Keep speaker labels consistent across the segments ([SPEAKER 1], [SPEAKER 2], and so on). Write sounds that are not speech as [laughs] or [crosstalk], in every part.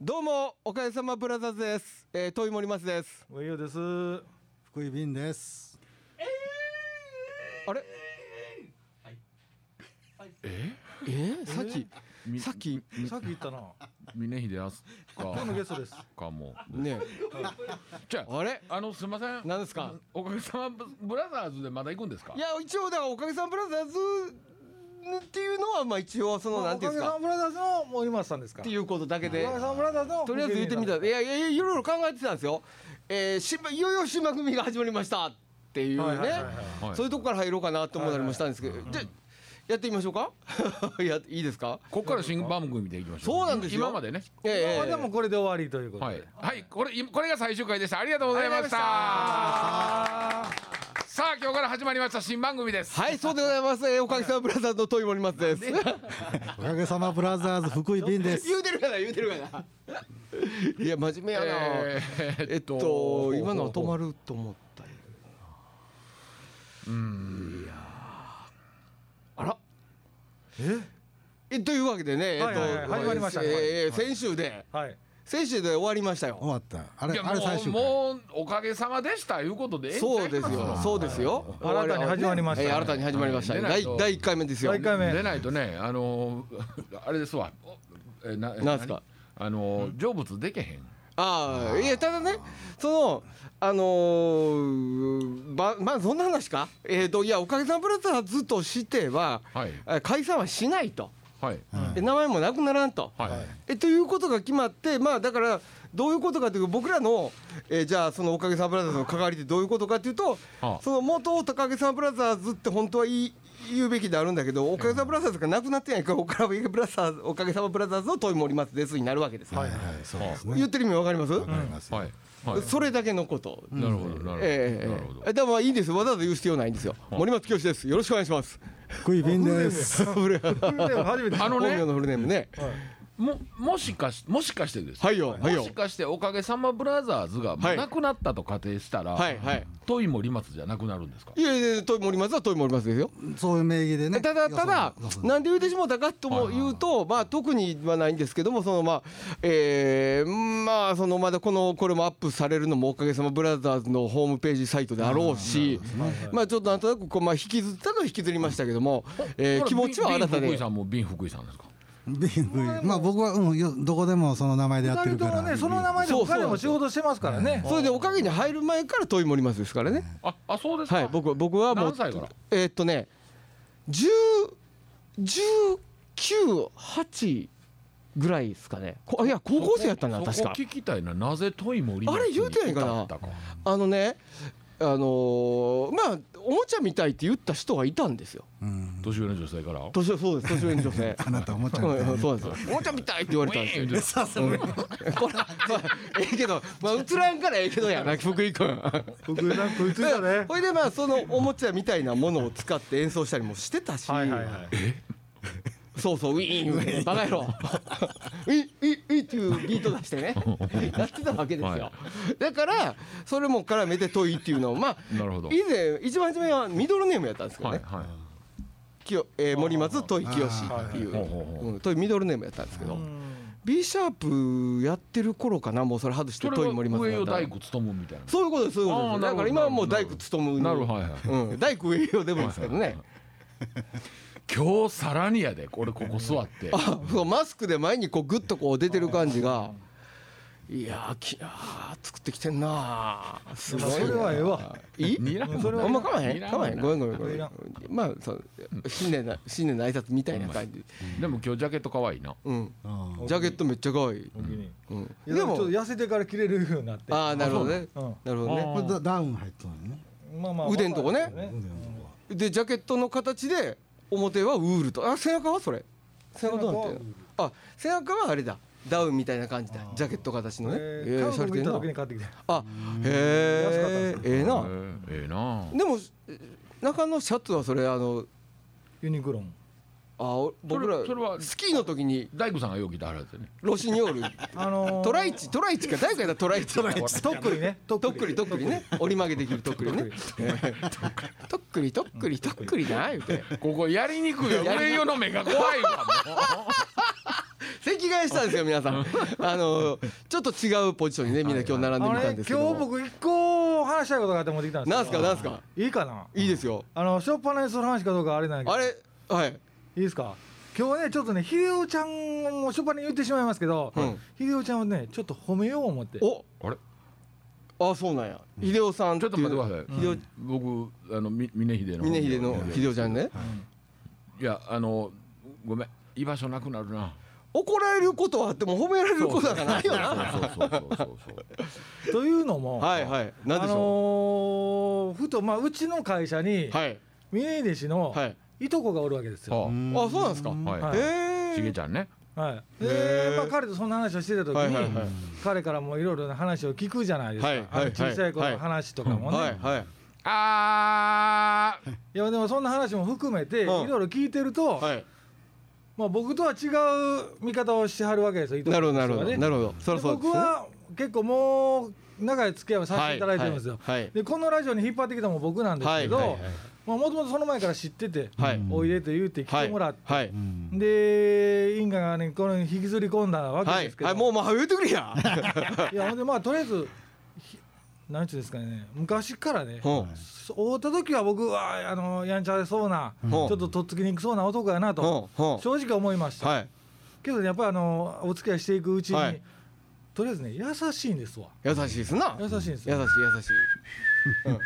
[SPEAKER 1] どうもおかげさまブラザーズです、えー、遠い森松です
[SPEAKER 2] おいよです。は
[SPEAKER 3] 福井便です。
[SPEAKER 1] あれええさっき
[SPEAKER 4] み
[SPEAKER 1] さっき
[SPEAKER 2] いさっき言ったな。
[SPEAKER 4] 峰秀明日
[SPEAKER 2] 今日のゲスト
[SPEAKER 1] [laughs]
[SPEAKER 2] です。
[SPEAKER 4] かも
[SPEAKER 1] ね
[SPEAKER 4] じゃあ
[SPEAKER 1] あれ
[SPEAKER 4] あのすいません
[SPEAKER 1] 何ですか
[SPEAKER 4] おかげさまブブラザーズでまだ行くんですか
[SPEAKER 1] いや一応だからおかげさまブラザーズっていうのはまあ一応そのなんていうんです
[SPEAKER 2] おかげさま
[SPEAKER 1] か
[SPEAKER 2] ブラザーズの森松さんですか。
[SPEAKER 1] っていうことだけで
[SPEAKER 2] おかげさまブラザーズの
[SPEAKER 1] とりあえず言ってみたい
[SPEAKER 2] 福井
[SPEAKER 1] やいやいろいろ考えてたんですよ、えー、新番いよいよ新番組が始まりましたっていうね、
[SPEAKER 2] はいはいはい
[SPEAKER 4] はい
[SPEAKER 1] そういうとこから入ろうかなと思ったりもしたんですけど、じゃあやってみましょうか [laughs] いやいいですか
[SPEAKER 4] こっから新番組で行きましょ
[SPEAKER 1] そ
[SPEAKER 4] う
[SPEAKER 1] うなんですよ
[SPEAKER 4] 今までね
[SPEAKER 1] え
[SPEAKER 2] 便
[SPEAKER 1] え
[SPEAKER 2] あでもこれで終わりということ
[SPEAKER 4] は
[SPEAKER 2] で。
[SPEAKER 4] い、はい、これ今これが最終回でしたありがとうございましたさあ今日から始まりました新番組です
[SPEAKER 1] はい、そうでございます。えーおかげさまブラザーズのトイモリマスです。
[SPEAKER 3] おかげさまブラザーズ福井便です。
[SPEAKER 1] 言うてるかな、言うてる
[SPEAKER 2] [laughs]
[SPEAKER 1] かな。いや、真面目やな。
[SPEAKER 4] えー
[SPEAKER 1] えっと、今のは止まると思ったよ。うん。いやー。あら。え。というわけでね、えっと、
[SPEAKER 2] はいはいはい始まりましたね
[SPEAKER 1] えー先週で、
[SPEAKER 2] はい。
[SPEAKER 1] 先週で終わりましたよ。
[SPEAKER 3] [laughs] 終わった。あ
[SPEAKER 4] い
[SPEAKER 3] れ、
[SPEAKER 4] や
[SPEAKER 3] あれ最終
[SPEAKER 4] もう
[SPEAKER 3] 回。
[SPEAKER 4] もうおかげさまでしたいうことで
[SPEAKER 1] そうですよ、そうですよ。
[SPEAKER 2] 新たに始まりましたね
[SPEAKER 1] えー新たに始まりましたね。
[SPEAKER 4] はい
[SPEAKER 1] 第第一回目ですよ。
[SPEAKER 2] 第一回目
[SPEAKER 4] 出ないとねあのーあれですわおえな
[SPEAKER 1] なんすか
[SPEAKER 4] 何あのー成仏できへん
[SPEAKER 1] ああいやただねそのあのーばまあそんな話かえっ、といやおかげさんブラザーズとしては、
[SPEAKER 4] はい
[SPEAKER 1] え解散はしないと、
[SPEAKER 4] はい
[SPEAKER 1] で名前もなくならんと、
[SPEAKER 4] はい
[SPEAKER 1] えということが決まってまあだからどういうことかというと僕らの、えーじゃあそのおかげさんブラザーズの関わりってどういうことかというと、
[SPEAKER 4] はあ
[SPEAKER 1] その元おかげさんブラザーズって本当は言い言うべきであるんだけどおかげさんブラザーズがなくなってないからおかげブラザーズおかげさまブラザーズの問いもおりますですになるわけですよ、
[SPEAKER 3] はいはい、そうですね。
[SPEAKER 1] 言ってる意味わかります、
[SPEAKER 3] わかりますよ
[SPEAKER 4] はいはい
[SPEAKER 1] それだけのこと。
[SPEAKER 4] なるほどなるほど、
[SPEAKER 1] ええ
[SPEAKER 4] なるほど
[SPEAKER 1] ええ、でもまあいいんです。わざわざ言う必要ないんですよ。森松清です。よろしくお願いします。
[SPEAKER 3] 福井便です。
[SPEAKER 1] 俺は
[SPEAKER 2] これでも初めて。
[SPEAKER 4] あの
[SPEAKER 1] 本名
[SPEAKER 4] ね
[SPEAKER 1] のフルネームね。
[SPEAKER 4] ももしかしもしかしてです
[SPEAKER 1] はいよはいよ
[SPEAKER 4] もしかしておかげさまブラザーズがも
[SPEAKER 1] は
[SPEAKER 4] う
[SPEAKER 1] い
[SPEAKER 4] なくなったと仮定したら、
[SPEAKER 1] はいはい
[SPEAKER 4] トイもリマツじゃなくなるんですか
[SPEAKER 1] いやいやいや、と森松はと森松ですよ。
[SPEAKER 3] [laughs] そういう名義でね。
[SPEAKER 1] ただただ
[SPEAKER 3] そうそう
[SPEAKER 1] なんで言うてしもうたかとも言うとまあ特にはないんですけどもそのまあえーまあそのまだこのこれもアップされるのもおかげさまブラザーズのホームページサイトであろうしまあちょっとなんとなくこうまあ引きずったのは引きずりましたけどもえー
[SPEAKER 4] ほら
[SPEAKER 1] 気持ちは
[SPEAKER 4] ビン
[SPEAKER 1] 新た
[SPEAKER 4] ビン福井
[SPEAKER 1] で
[SPEAKER 4] さんもビン福井さんですか
[SPEAKER 3] 便福井 [laughs] まあ、僕は、うん、よどこでもその名前でやって
[SPEAKER 2] 二人
[SPEAKER 3] る
[SPEAKER 2] とも
[SPEAKER 3] から。
[SPEAKER 2] ね、その名前で他でも仕事してますからね。
[SPEAKER 1] それでおかげに入る前からと森松ですからね。
[SPEAKER 4] ああそうですか、
[SPEAKER 1] はい、僕は僕はもう
[SPEAKER 4] 何歳から
[SPEAKER 1] えーっとね10 19,8ぐらいですかねこいや高校生やったな
[SPEAKER 4] そこ
[SPEAKER 1] 確か
[SPEAKER 4] そこ聞きたいななぜトイもリマツ
[SPEAKER 1] あれ言うてないかな
[SPEAKER 4] に至った
[SPEAKER 1] あのねあのーまあおもちゃみたいって言った人はいたんですよ
[SPEAKER 3] うん。
[SPEAKER 4] 年上の女性からウ
[SPEAKER 1] 年そうです年上の女
[SPEAKER 3] [laughs]
[SPEAKER 1] 性
[SPEAKER 3] あなた思っちゃ
[SPEAKER 1] う
[SPEAKER 3] うんみ
[SPEAKER 1] う
[SPEAKER 3] たい
[SPEAKER 1] んそうなんですよおもちゃみたいって言われたんです
[SPEAKER 4] ィーン
[SPEAKER 1] よ
[SPEAKER 4] 言うて
[SPEAKER 1] [laughs]
[SPEAKER 3] さすが。
[SPEAKER 1] これまあええけどまあ映らんからええけどやな福井君
[SPEAKER 2] 僕なんか映ったね。
[SPEAKER 1] ほいでまあそのおもちゃみたいなものを使って演奏したりもしてたし、
[SPEAKER 2] はいはいはい。
[SPEAKER 1] そうそう、ウィ [laughs] ーン、ウィーンバカ野郎。ウィン、ウィン、ウィンっていうビート出してね、
[SPEAKER 4] [laughs]
[SPEAKER 1] やってたわけですよ。
[SPEAKER 4] は
[SPEAKER 1] だから、それも絡めてトイっていうのを、まあ、
[SPEAKER 4] なるほど
[SPEAKER 1] 以前、一番初めはミドルネームやったんですけど
[SPEAKER 4] はい
[SPEAKER 1] ね。
[SPEAKER 4] はい
[SPEAKER 1] きよえー森松トイ清っていう、
[SPEAKER 4] はいはいはい
[SPEAKER 1] うん、トイミドルネームやったんですけど。B シャープやってる頃かな、もうそれ外して
[SPEAKER 4] それ
[SPEAKER 1] トイ
[SPEAKER 4] は
[SPEAKER 1] 森松に
[SPEAKER 4] 上
[SPEAKER 1] な
[SPEAKER 4] を
[SPEAKER 1] った
[SPEAKER 4] 大工務むみたいな
[SPEAKER 1] そういうことです、そういうこと
[SPEAKER 4] あ
[SPEAKER 1] で
[SPEAKER 4] ー
[SPEAKER 1] す。だ
[SPEAKER 4] なるほど
[SPEAKER 1] から今はもう
[SPEAKER 4] なる
[SPEAKER 1] 大
[SPEAKER 4] ほ
[SPEAKER 1] 工
[SPEAKER 4] ど
[SPEAKER 1] 務む。
[SPEAKER 4] なるほどはいはい
[SPEAKER 1] うん、大工栄養でもですけどね。
[SPEAKER 4] 今日さらにやで俺ここ座って
[SPEAKER 1] あそうマスクで前にこうグッとこう出てる感じがいやーきあー作ってきてんなーすごいな
[SPEAKER 2] それはええわ
[SPEAKER 1] い
[SPEAKER 2] [laughs]
[SPEAKER 1] い
[SPEAKER 4] いらんわ
[SPEAKER 1] それはあんまかまへん
[SPEAKER 4] いらん
[SPEAKER 1] かまへんごめんごめんごめ
[SPEAKER 2] い
[SPEAKER 1] ん
[SPEAKER 2] らん
[SPEAKER 1] まあそう新年な新年の挨拶みたいな感じ
[SPEAKER 4] でも今日ジャケット可愛いな
[SPEAKER 1] うん
[SPEAKER 3] うん
[SPEAKER 1] ジャケットめっちゃ可愛い、
[SPEAKER 2] お気に
[SPEAKER 1] うん、
[SPEAKER 2] 入り。いや
[SPEAKER 1] で
[SPEAKER 2] で
[SPEAKER 1] も
[SPEAKER 2] もちょっと痩せてから着れるようになって。
[SPEAKER 1] ああなるほどね
[SPEAKER 2] そうなの
[SPEAKER 1] なるほどね
[SPEAKER 3] これダダウン入ったのね。
[SPEAKER 2] まあまあ
[SPEAKER 1] 腕んとこね
[SPEAKER 3] 腕のとこは
[SPEAKER 1] でジャケットの形で表はウールとあ背中はそれ背中どうなってる
[SPEAKER 2] 背
[SPEAKER 1] あ背中はあれだダウンみたいな感じだジャケット形のね
[SPEAKER 2] え
[SPEAKER 1] えー
[SPEAKER 2] ー韓
[SPEAKER 1] 洒落て
[SPEAKER 2] 国
[SPEAKER 1] んな
[SPEAKER 2] 行った時に買ってきた。
[SPEAKER 1] あへえええ
[SPEAKER 4] え
[SPEAKER 1] な
[SPEAKER 4] ーええな
[SPEAKER 1] でもえ中のシャツはそれあの
[SPEAKER 2] ユニクロン。
[SPEAKER 1] あお僕ら
[SPEAKER 4] それそれは
[SPEAKER 1] スキーの時に
[SPEAKER 4] 大工さんがよう来てはるやつやね
[SPEAKER 1] ロシニオール
[SPEAKER 2] あのー
[SPEAKER 1] トライチトライチか誰かやったらトライチ
[SPEAKER 2] とっくりね。と
[SPEAKER 1] とっくりとっくりね折り曲げできるとっくりねええとっくりとっく [laughs] りとっくりな言うて
[SPEAKER 4] ここやりにくいよ上用の目が怖いわもう
[SPEAKER 1] 関き返したんですよ皆さん [laughs] あのちょっと違うポジションにねみんな今日並んでみ
[SPEAKER 2] あ
[SPEAKER 1] た
[SPEAKER 2] れ
[SPEAKER 1] んで
[SPEAKER 2] 今
[SPEAKER 1] すけ
[SPEAKER 2] 日
[SPEAKER 1] ど
[SPEAKER 2] 僕一個話したいことがあって持ってきたんです
[SPEAKER 1] なんすかなんすか
[SPEAKER 2] いいかない
[SPEAKER 1] いですよ
[SPEAKER 2] あのしょっぱなにその話かどうかあれなんやけど
[SPEAKER 1] あれはい
[SPEAKER 2] いいですか今日はねちょっとね秀夫ちゃんをしょっぱなに言ってしまいますけど、
[SPEAKER 1] うん
[SPEAKER 2] 秀夫ちゃんをねちょっと褒めよう思って
[SPEAKER 1] お
[SPEAKER 4] あれ
[SPEAKER 1] あそうなんや秀夫さん
[SPEAKER 4] ちょっと待ってください
[SPEAKER 1] い秀夫
[SPEAKER 4] 僕あのみ峰秀の
[SPEAKER 1] 峰秀の秀夫ちゃんね
[SPEAKER 4] いやあのごめん居場所なくなるな
[SPEAKER 1] 怒られることはあっても褒められることはないよな
[SPEAKER 4] そうそうそうそうそう
[SPEAKER 2] というのも、
[SPEAKER 1] はいはいなん
[SPEAKER 2] あ
[SPEAKER 1] でしょ
[SPEAKER 2] のーふとまあうちの会社に
[SPEAKER 1] うはい
[SPEAKER 2] 峰秀氏の
[SPEAKER 1] はい
[SPEAKER 2] いとこがおるわけですよ。
[SPEAKER 4] そう
[SPEAKER 1] [laughs] あそうなんですか
[SPEAKER 4] はい
[SPEAKER 2] はい
[SPEAKER 1] え
[SPEAKER 4] しげちゃんね
[SPEAKER 2] はい、
[SPEAKER 1] へー、
[SPEAKER 2] でまあ、彼とそんな話をしてた時に、
[SPEAKER 1] はいはいはい
[SPEAKER 2] 彼からもいろいろな話を聞くじゃないですか、
[SPEAKER 1] はいはいはい
[SPEAKER 2] 小さい子の話とかもね、
[SPEAKER 1] はいはい
[SPEAKER 4] あー
[SPEAKER 2] いやでもそんな話も含めてい
[SPEAKER 1] うん
[SPEAKER 2] ろいろ聞いてると、
[SPEAKER 1] はい
[SPEAKER 2] まあ、僕とは違う見方をしてはるわけですよいとこ
[SPEAKER 1] なるほどな
[SPEAKER 2] の
[SPEAKER 1] るほどなるほどそ
[SPEAKER 2] 人がね
[SPEAKER 1] りゃ
[SPEAKER 2] で
[SPEAKER 1] そうです
[SPEAKER 2] 僕
[SPEAKER 1] ね
[SPEAKER 2] は結構もう長い付き合いをさせていただいてるんですよ、
[SPEAKER 1] はいはい
[SPEAKER 2] でこのラジオに引っ張ってきたのも僕なんですけど、
[SPEAKER 1] はいはいはい
[SPEAKER 2] まあ、もともとその前から知ってて、
[SPEAKER 1] はい
[SPEAKER 2] おいでと言うて来
[SPEAKER 1] はい
[SPEAKER 2] てもらって、
[SPEAKER 1] はい
[SPEAKER 3] うん
[SPEAKER 2] で因果がねこの引きずり込んだわけ
[SPEAKER 1] は
[SPEAKER 2] で
[SPEAKER 1] い
[SPEAKER 2] すけど、
[SPEAKER 1] はいもうまあ言うてくれ
[SPEAKER 2] [laughs]
[SPEAKER 1] や
[SPEAKER 2] いやほんでまあとりあえずひなんちゅうんですかね昔からね
[SPEAKER 1] うん
[SPEAKER 2] 会うた時は僕はあのやんちゃでそうな、
[SPEAKER 1] うん
[SPEAKER 2] ちょっととっつきにくそうな男やな
[SPEAKER 1] うん
[SPEAKER 2] と、
[SPEAKER 1] うん
[SPEAKER 2] 正直思いました、
[SPEAKER 1] はい
[SPEAKER 2] けどねやっぱりあのお付き合いしていくうちに、
[SPEAKER 1] はい
[SPEAKER 2] とりあえずね優しいんですわ
[SPEAKER 1] 優しいですな
[SPEAKER 2] 優
[SPEAKER 1] 優しい
[SPEAKER 2] しいんです
[SPEAKER 1] 優
[SPEAKER 2] よ
[SPEAKER 1] しいうんうん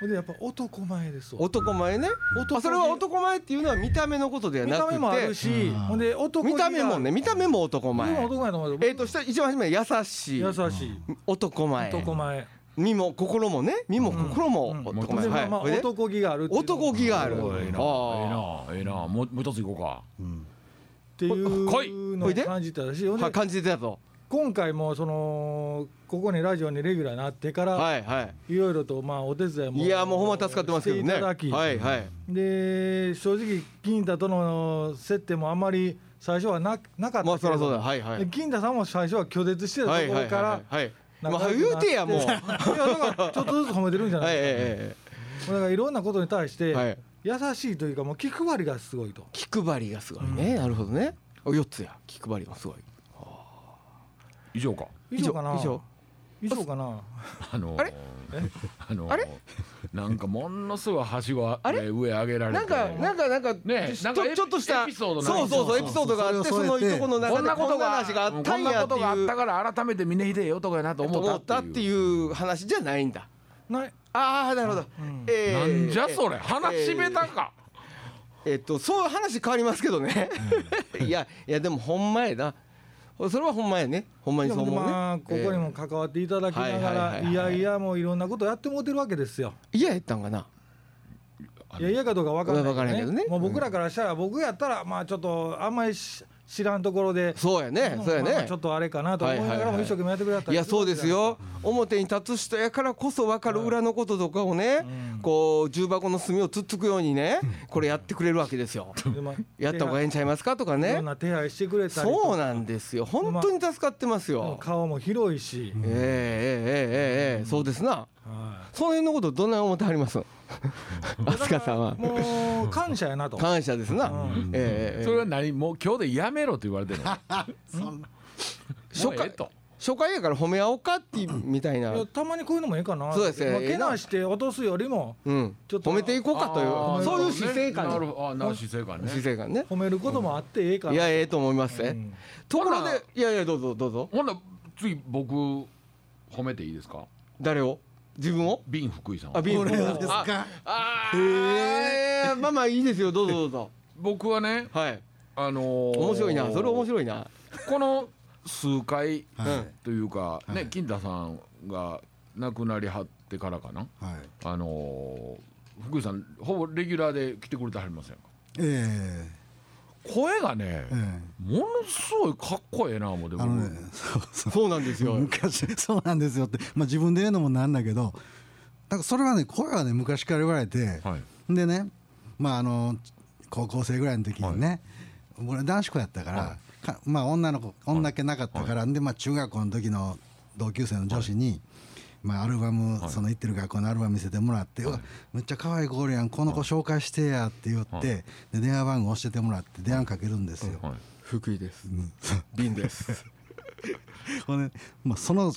[SPEAKER 2] ほんでやっぱ男前ですわ
[SPEAKER 1] 男前ね
[SPEAKER 2] 男
[SPEAKER 1] あそれは男前っていうのは見た目のことでは
[SPEAKER 2] 見
[SPEAKER 1] な
[SPEAKER 2] た
[SPEAKER 1] く
[SPEAKER 2] 目もある
[SPEAKER 1] て
[SPEAKER 2] し、
[SPEAKER 3] うん
[SPEAKER 2] ほんで男
[SPEAKER 1] 見
[SPEAKER 2] に
[SPEAKER 1] た
[SPEAKER 2] は
[SPEAKER 1] 目もね見た目も男
[SPEAKER 2] 見た
[SPEAKER 1] 前
[SPEAKER 2] 目も男やと思うけ
[SPEAKER 1] え
[SPEAKER 2] ど
[SPEAKER 1] っと下一番初め優しい
[SPEAKER 2] 優しい
[SPEAKER 1] 男前
[SPEAKER 2] 男前
[SPEAKER 1] 身も心もね身も心も
[SPEAKER 2] うん
[SPEAKER 1] 男
[SPEAKER 2] ほん
[SPEAKER 1] 前
[SPEAKER 2] でまあまあ
[SPEAKER 1] はいそれで
[SPEAKER 2] 男気があるっていう
[SPEAKER 1] 男気がある
[SPEAKER 2] っ
[SPEAKER 4] ええな
[SPEAKER 1] あ
[SPEAKER 4] ええなええなもうもう一つ行こ
[SPEAKER 3] うん
[SPEAKER 2] ていうの
[SPEAKER 1] ほ
[SPEAKER 2] を
[SPEAKER 1] いで
[SPEAKER 2] 感じたしほん
[SPEAKER 1] は
[SPEAKER 2] で
[SPEAKER 1] 感じてたと
[SPEAKER 2] 今回もそのここにラジオにレギュラーになってから、
[SPEAKER 1] はいはい
[SPEAKER 2] い、ろいろとまあお手伝いも
[SPEAKER 1] いやもうほんま助かってますけどね
[SPEAKER 2] していただき、
[SPEAKER 1] はいはい
[SPEAKER 2] で正直金太との接点もあんまり最初はななかったけれど
[SPEAKER 1] まあそりゃそうだはいはい
[SPEAKER 2] で金太さんも最初は拒絶してた
[SPEAKER 1] は
[SPEAKER 2] と
[SPEAKER 1] い
[SPEAKER 2] こ
[SPEAKER 1] はい
[SPEAKER 2] ろから、
[SPEAKER 1] はいはいま
[SPEAKER 2] 仲
[SPEAKER 1] あ
[SPEAKER 2] 良く
[SPEAKER 1] 言
[SPEAKER 2] な
[SPEAKER 1] う
[SPEAKER 2] って
[SPEAKER 1] やもう
[SPEAKER 2] い
[SPEAKER 1] はい
[SPEAKER 2] やだからちょっとずつ褒めてるんじゃな
[SPEAKER 1] はいい
[SPEAKER 2] です
[SPEAKER 1] え
[SPEAKER 2] か、だからいろんなことに対し
[SPEAKER 1] え
[SPEAKER 2] て、
[SPEAKER 1] はい
[SPEAKER 2] 優しいというかもう気配りがすごいと
[SPEAKER 1] 気配りがすごいねなるほどねお四つや気配りもすごいう
[SPEAKER 4] 以上か
[SPEAKER 2] 以上かな
[SPEAKER 1] 以上
[SPEAKER 2] 以上かな
[SPEAKER 4] あのー
[SPEAKER 1] あれ
[SPEAKER 2] え
[SPEAKER 4] あのー
[SPEAKER 1] あれ
[SPEAKER 4] なんかものすごいはしご
[SPEAKER 1] あ
[SPEAKER 4] あ
[SPEAKER 1] れ
[SPEAKER 4] れ上上げられて
[SPEAKER 1] なんかなんかなんか
[SPEAKER 4] ねえ
[SPEAKER 1] ち
[SPEAKER 4] な
[SPEAKER 1] ょ
[SPEAKER 4] んかエピ
[SPEAKER 1] ちょっとした
[SPEAKER 4] エピソードない
[SPEAKER 1] そうそうそうエピソードがあって
[SPEAKER 3] そ
[SPEAKER 1] そ
[SPEAKER 3] れ
[SPEAKER 1] の
[SPEAKER 3] を添えて
[SPEAKER 1] いとこの中
[SPEAKER 4] こん
[SPEAKER 1] で
[SPEAKER 4] な
[SPEAKER 1] こ
[SPEAKER 4] こ
[SPEAKER 1] ん
[SPEAKER 4] と
[SPEAKER 1] な
[SPEAKER 4] が
[SPEAKER 1] 話があったん
[SPEAKER 4] こんな
[SPEAKER 1] やって
[SPEAKER 4] ことがあ
[SPEAKER 1] い
[SPEAKER 4] っ
[SPEAKER 1] う
[SPEAKER 4] たから改めて峰秀よとかやなと思
[SPEAKER 1] 思
[SPEAKER 4] っ
[SPEAKER 1] った
[SPEAKER 4] た
[SPEAKER 1] っ
[SPEAKER 4] ってて
[SPEAKER 1] い
[SPEAKER 4] いう
[SPEAKER 1] う話じゃないんだ
[SPEAKER 2] ない
[SPEAKER 1] ああなるほど、
[SPEAKER 2] うん
[SPEAKER 1] え
[SPEAKER 4] なんじゃそれ話しべたか
[SPEAKER 1] えーえーっとそう話変わりますけどね、いやいやでもほんまやなそれはほんまやねほんまに
[SPEAKER 2] で
[SPEAKER 1] そう
[SPEAKER 2] も
[SPEAKER 1] 思うね、
[SPEAKER 2] まあここにも関わっていただきな
[SPEAKER 1] は
[SPEAKER 2] が
[SPEAKER 1] いはいはい
[SPEAKER 2] ら
[SPEAKER 1] はい
[SPEAKER 2] いやいやもういろんなことやってもうてるわけですよ
[SPEAKER 1] えー嫌やったんかない
[SPEAKER 4] あ
[SPEAKER 2] いやいやかどうか分
[SPEAKER 1] わか
[SPEAKER 2] からら
[SPEAKER 1] ん
[SPEAKER 2] な
[SPEAKER 1] け
[SPEAKER 2] い
[SPEAKER 1] どね
[SPEAKER 2] もう僕らからしたら僕やったらまあちょっとあんまりし知らんところで
[SPEAKER 1] そうやね
[SPEAKER 2] ん
[SPEAKER 1] そうや
[SPEAKER 2] まあ
[SPEAKER 1] ね
[SPEAKER 2] ちょっとあれかなと思いながらも一生懸命やってくれはった
[SPEAKER 1] い
[SPEAKER 2] り
[SPEAKER 1] や
[SPEAKER 2] る
[SPEAKER 1] そ
[SPEAKER 2] わ
[SPEAKER 1] う
[SPEAKER 2] け
[SPEAKER 1] で
[SPEAKER 2] じゃ
[SPEAKER 1] すよ表に立つ人やからこそ分かる裏のこととかをね、
[SPEAKER 2] うん
[SPEAKER 1] こう重箱の隅をつっつくようにねこれやってくれるわけですよ。
[SPEAKER 2] ないでまあ
[SPEAKER 1] やった方がええんちゃいますかとか
[SPEAKER 2] いろ
[SPEAKER 1] ね
[SPEAKER 2] ん。な手配してくれたりとか
[SPEAKER 1] そうなんですよ本当に助かってますよ。
[SPEAKER 2] 顔も広いし、
[SPEAKER 1] ええええええええそうですな。
[SPEAKER 2] は、。
[SPEAKER 1] その辺のことどんなに思ってはります。飛鳥さんはい
[SPEAKER 2] もう感謝やなと
[SPEAKER 1] 感謝ですな。
[SPEAKER 2] うん
[SPEAKER 1] ええええ
[SPEAKER 4] それは何もう今日でやめろと言われてるの
[SPEAKER 1] 初
[SPEAKER 4] もうえ
[SPEAKER 3] [laughs]
[SPEAKER 4] え
[SPEAKER 1] 回
[SPEAKER 4] と
[SPEAKER 1] 初回やから褒め合おうかってみたいな。
[SPEAKER 2] いやたまにこういうのもいいかな
[SPEAKER 1] そうですね
[SPEAKER 2] まあ、けなして落とすよりも
[SPEAKER 1] うん。
[SPEAKER 2] ちょっと
[SPEAKER 1] 褒めていこうかと
[SPEAKER 4] あ
[SPEAKER 1] い
[SPEAKER 4] ー
[SPEAKER 1] うそういう姿勢
[SPEAKER 4] な
[SPEAKER 1] 感。
[SPEAKER 4] るほどあーな姿勢感ね
[SPEAKER 1] 姿勢感ね。
[SPEAKER 2] 褒めることもあってええかない
[SPEAKER 1] やええと思います
[SPEAKER 2] う
[SPEAKER 1] ね。
[SPEAKER 2] ん
[SPEAKER 1] ところ
[SPEAKER 4] ほな
[SPEAKER 1] でいやいやどうぞどうぞ
[SPEAKER 4] ほんなら次僕褒めていいですか
[SPEAKER 1] 誰を自分を
[SPEAKER 4] ビン福井さん
[SPEAKER 1] あビー
[SPEAKER 3] こ
[SPEAKER 1] ル
[SPEAKER 3] れをですか
[SPEAKER 1] ああえまあまあいいですよどうぞどうぞ
[SPEAKER 4] 僕はね
[SPEAKER 1] はい
[SPEAKER 4] あのー
[SPEAKER 1] 面白いなそれ面白いな
[SPEAKER 4] この数回
[SPEAKER 1] ん
[SPEAKER 3] はい
[SPEAKER 4] というか
[SPEAKER 3] は
[SPEAKER 4] ね
[SPEAKER 3] い
[SPEAKER 4] 金太さんが亡くなりはってからかな
[SPEAKER 3] はい
[SPEAKER 4] あのー福井さんほぼレギュラーで来てくれてはりませんか
[SPEAKER 3] え
[SPEAKER 4] 声がね
[SPEAKER 3] えええ
[SPEAKER 4] ものすごいかっこええな思うて
[SPEAKER 3] あ
[SPEAKER 4] 僕
[SPEAKER 3] のねそうそう
[SPEAKER 1] そうなんですよ
[SPEAKER 3] 昔 [laughs] そうなんですよってまあ自分で言うのもなんだけどだからそれはね声はね昔から言われて
[SPEAKER 4] はい
[SPEAKER 3] でねまああの高校生ぐらいの時にね俺男子校やったか
[SPEAKER 4] は
[SPEAKER 3] らかまあ女の子女系なかったからんでまあ中学校の時の同級生の女子にまあアルバムその行ってる学校のアルバム見せてもらって「うわめっちゃ可愛い子おるやんこの子紹介してや」って言ってで電話番号教えてもらって電話かけるんですよ
[SPEAKER 4] はい
[SPEAKER 1] 福井です瓶です
[SPEAKER 3] これまあ、その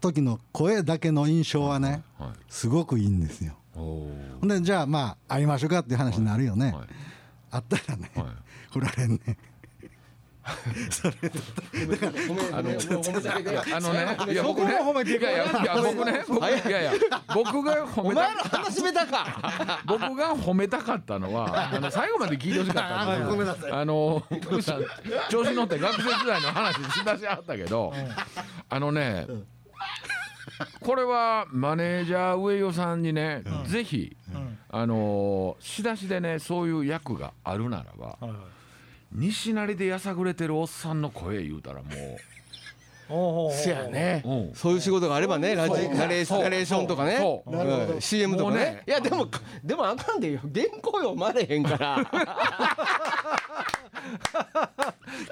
[SPEAKER 3] 時の声だけの印象はね、
[SPEAKER 4] はいはい
[SPEAKER 3] すごくいいんですよ
[SPEAKER 4] おお
[SPEAKER 3] ほんでじゃあまあ会いましょうかっていう話になるよね、
[SPEAKER 4] はい
[SPEAKER 3] あったらね、
[SPEAKER 4] はい
[SPEAKER 3] 来られんね
[SPEAKER 1] ごめん
[SPEAKER 4] あの、
[SPEAKER 1] ごめんごめんごめん
[SPEAKER 4] あのね、いや、僕ね、
[SPEAKER 2] そこも褒めてい
[SPEAKER 4] い
[SPEAKER 2] く
[SPEAKER 4] やいや、いや僕ね、僕いやいや、僕が褒
[SPEAKER 1] お
[SPEAKER 4] め
[SPEAKER 1] 前ら
[SPEAKER 4] た、
[SPEAKER 1] 話しめたか
[SPEAKER 4] 僕が褒めたかったのは、あの、最後まで聞いてほしかったんですよ。
[SPEAKER 3] ごめんなさい
[SPEAKER 4] あの、福さん、調子乗って学生時代の話しだしあったけど、あのね。これはマネージャー上与さんにね、ぜひ、
[SPEAKER 2] ん
[SPEAKER 4] あの仕出しでねそういう役があるならば
[SPEAKER 2] はいはい
[SPEAKER 4] 西成でやさぐれてるおっさんの声言うたらも
[SPEAKER 2] おうおうおう
[SPEAKER 1] せやね
[SPEAKER 4] う、うん、
[SPEAKER 1] そういう仕事があればねラジナレーシ
[SPEAKER 4] そう
[SPEAKER 1] ナレーションとかね
[SPEAKER 4] そう
[SPEAKER 1] うん CM とか
[SPEAKER 4] もう
[SPEAKER 1] ね
[SPEAKER 4] ね
[SPEAKER 1] いやでもでもあかんでよ原稿読まれへん
[SPEAKER 4] [laughs]
[SPEAKER 1] から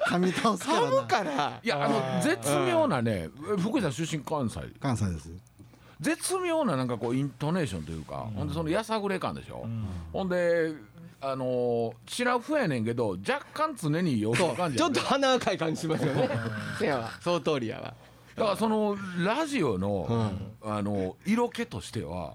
[SPEAKER 3] 噛み倒すか
[SPEAKER 1] 噛
[SPEAKER 3] ら
[SPEAKER 1] む
[SPEAKER 3] な
[SPEAKER 1] から
[SPEAKER 4] いやあの絶妙なね福井さん出身関西
[SPEAKER 3] 関西です
[SPEAKER 4] 絶妙ななんかこうイントネーションというか、ほんでそのやさぐれ感でしょ、ほんであのー、シラフやねんけど若干常に様子の感じ
[SPEAKER 1] ち
[SPEAKER 4] や
[SPEAKER 1] ょっ
[SPEAKER 4] ね
[SPEAKER 1] と鼻赤い感じしますよねせやわその通りやわ
[SPEAKER 4] だからそのラジオの、あの色気としては、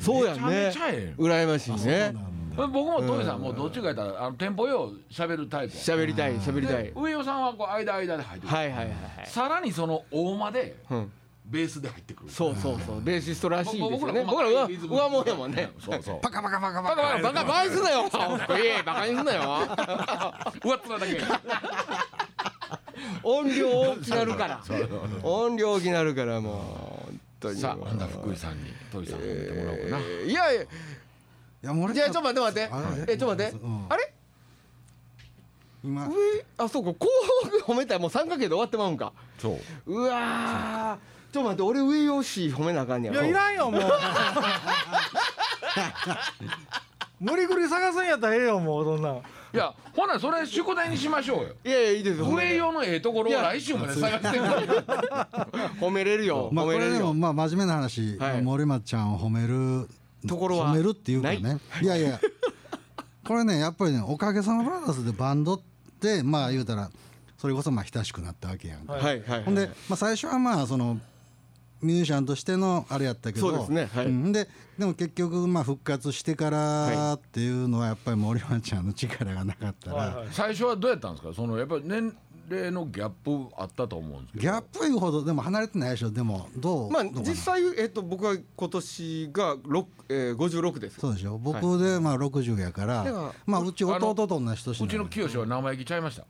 [SPEAKER 1] そうやん
[SPEAKER 4] め
[SPEAKER 1] ね
[SPEAKER 4] ちゃめちゃええ
[SPEAKER 1] 羨ましいね
[SPEAKER 4] 僕もトミさんもどっちか言ったらあのテンポよう喋るタイプや
[SPEAKER 1] 喋りたい喋りたい
[SPEAKER 4] で上尾さんはこう間間で入ってくる、
[SPEAKER 1] はいはいはいはい
[SPEAKER 4] さらにその大間で
[SPEAKER 1] うん
[SPEAKER 4] ベースで入ってくる
[SPEAKER 1] そうそうそうベーシストらしいですよね
[SPEAKER 4] 僕
[SPEAKER 1] 僕
[SPEAKER 4] ら
[SPEAKER 1] ら上
[SPEAKER 4] 細かいリズム
[SPEAKER 1] 上もんやもんね
[SPEAKER 4] そうそう
[SPEAKER 3] パカパカパカ
[SPEAKER 4] バ
[SPEAKER 3] パ
[SPEAKER 4] カバ
[SPEAKER 3] カ
[SPEAKER 4] カ
[SPEAKER 1] バカバカにすんなよいえバカにすんなよ
[SPEAKER 4] 上っ面だけ
[SPEAKER 1] 音量大きなるから音量大きなるからもう本当に
[SPEAKER 4] さあ、ほんなら福井さんに、鳥さんに褒めてもらおうかな。
[SPEAKER 1] えーいやいや
[SPEAKER 3] いやもう俺
[SPEAKER 1] じゃあちょっと待って
[SPEAKER 3] あ
[SPEAKER 1] 待っ
[SPEAKER 3] れ
[SPEAKER 1] てえちょっと待って
[SPEAKER 3] うん
[SPEAKER 1] あれ
[SPEAKER 3] 今
[SPEAKER 1] 上あそうか後半褒めたいもう三か月で終わってまうんか
[SPEAKER 4] そう。
[SPEAKER 1] うわーちょっと待って俺上よし褒めなあかんね
[SPEAKER 2] い
[SPEAKER 1] や
[SPEAKER 2] やいらんよ
[SPEAKER 3] [laughs]
[SPEAKER 2] もう無理くり探すんやったらええよもうそんなん
[SPEAKER 4] いや、ほな、それ宿題にしましょうよ。
[SPEAKER 1] いやいやいいですよ褒
[SPEAKER 4] 上
[SPEAKER 1] め
[SPEAKER 4] 用のええところを来週まで探してるから。
[SPEAKER 1] 褒めれるよ
[SPEAKER 3] まあ
[SPEAKER 1] 褒
[SPEAKER 3] こ
[SPEAKER 1] めれ
[SPEAKER 3] れ
[SPEAKER 1] る
[SPEAKER 3] で
[SPEAKER 1] よ
[SPEAKER 3] もまあ真面目な話、
[SPEAKER 1] はい
[SPEAKER 3] 森松ちゃんを褒める
[SPEAKER 1] ところは
[SPEAKER 3] 褒めるっていうか
[SPEAKER 1] な
[SPEAKER 3] ねいやいやこれねやっぱりねおかげさまブラザーズでバンドってまあ言うたらそれこそまあ親しくなったわけやんか、
[SPEAKER 1] はいはいはい
[SPEAKER 3] ほんで、まあ、最初はまあそのミュージシャンとしてのあれやったけど
[SPEAKER 1] そうですねはい
[SPEAKER 3] うんででも結局まあ復活してから
[SPEAKER 1] は
[SPEAKER 3] っていうのはやっぱり森松ちゃんの力がなかったら、
[SPEAKER 2] はいはい
[SPEAKER 4] 最初はどうやったんですか。その、やっぱり年齢のギャップあったと思うんですけど。
[SPEAKER 3] ギャップいうほどでも離れてないでしょでもどう、
[SPEAKER 1] まあ
[SPEAKER 3] どうかな
[SPEAKER 1] 実際えっと僕は今年が六えー56です
[SPEAKER 3] そうでしょ僕でまあ60やから、
[SPEAKER 1] だから
[SPEAKER 3] まあうち弟と同じ年
[SPEAKER 4] う
[SPEAKER 3] な
[SPEAKER 4] ち
[SPEAKER 3] の
[SPEAKER 4] の清は生意気ちゃいました。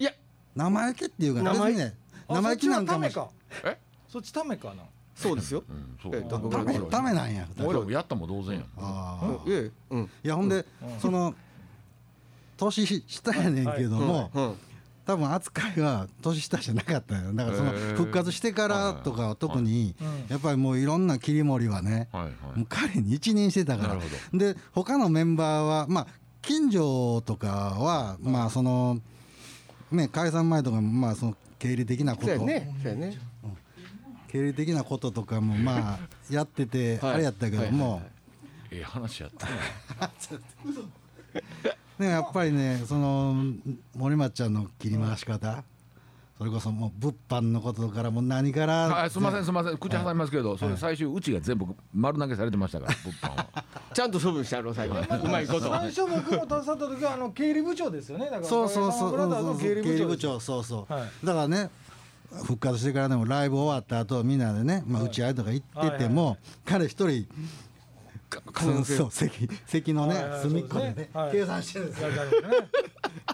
[SPEAKER 1] いや
[SPEAKER 3] 生意気っていうか
[SPEAKER 1] 生
[SPEAKER 3] 別
[SPEAKER 1] 意気
[SPEAKER 3] にね
[SPEAKER 2] あ
[SPEAKER 3] 生意気なんかも
[SPEAKER 2] そっちは
[SPEAKER 4] え。
[SPEAKER 2] そっちためかな
[SPEAKER 1] そうですよ
[SPEAKER 4] うん、そ
[SPEAKER 1] え
[SPEAKER 4] う。
[SPEAKER 1] っと僕
[SPEAKER 3] ダ
[SPEAKER 1] ら
[SPEAKER 3] メダメなんや
[SPEAKER 4] 俺らもやったも同然やん。
[SPEAKER 3] あ
[SPEAKER 1] うん
[SPEAKER 3] あ
[SPEAKER 1] いえうん
[SPEAKER 3] いやほんで、その年下やねんけども、
[SPEAKER 1] うん
[SPEAKER 3] 多分扱いは年下じゃなかったよだからその
[SPEAKER 4] へー
[SPEAKER 3] 復活してからとかは特に
[SPEAKER 2] はいうん
[SPEAKER 3] やっぱりもういろんな切り盛りはね
[SPEAKER 4] はい、は
[SPEAKER 3] もう彼に一任してたか
[SPEAKER 4] なるほ
[SPEAKER 3] らで他のメンバーはまあ近所とかはまあそのね解散前とかもまあその経理的なこ
[SPEAKER 1] そうや
[SPEAKER 3] と
[SPEAKER 1] ねそうやね
[SPEAKER 3] 経理的なこととかもまあやってて
[SPEAKER 1] はい
[SPEAKER 3] あれやったけども
[SPEAKER 4] い。ええ話やったな。
[SPEAKER 3] ねやっぱりねその森松ちゃんの切り回し方それこそもう物販のことからもう何から
[SPEAKER 4] あ、すみません、すみません、口挟みますけど、それ最終うちが全部丸投げされてましたから、物販は。
[SPEAKER 1] ちゃんと処分してやろう [laughs] 最後うまいこと
[SPEAKER 2] 最初僕も携わった時はあの経理部長ですよねだから
[SPEAKER 3] そうそうそう
[SPEAKER 2] ブラザーズの経理部長
[SPEAKER 3] 経理部
[SPEAKER 2] です
[SPEAKER 3] 長そうそう、
[SPEAKER 2] は
[SPEAKER 3] だからね復活してからでもライブ終わった後みんなでね、まあ、打ち合いとか行ってても、彼一人
[SPEAKER 1] 可能性
[SPEAKER 3] そう席席のね
[SPEAKER 2] はいはい
[SPEAKER 3] 隅っ
[SPEAKER 2] そ
[SPEAKER 3] こで
[SPEAKER 2] うで
[SPEAKER 3] ね
[SPEAKER 2] すねはい
[SPEAKER 3] 計算してるんですよ
[SPEAKER 2] やりたいで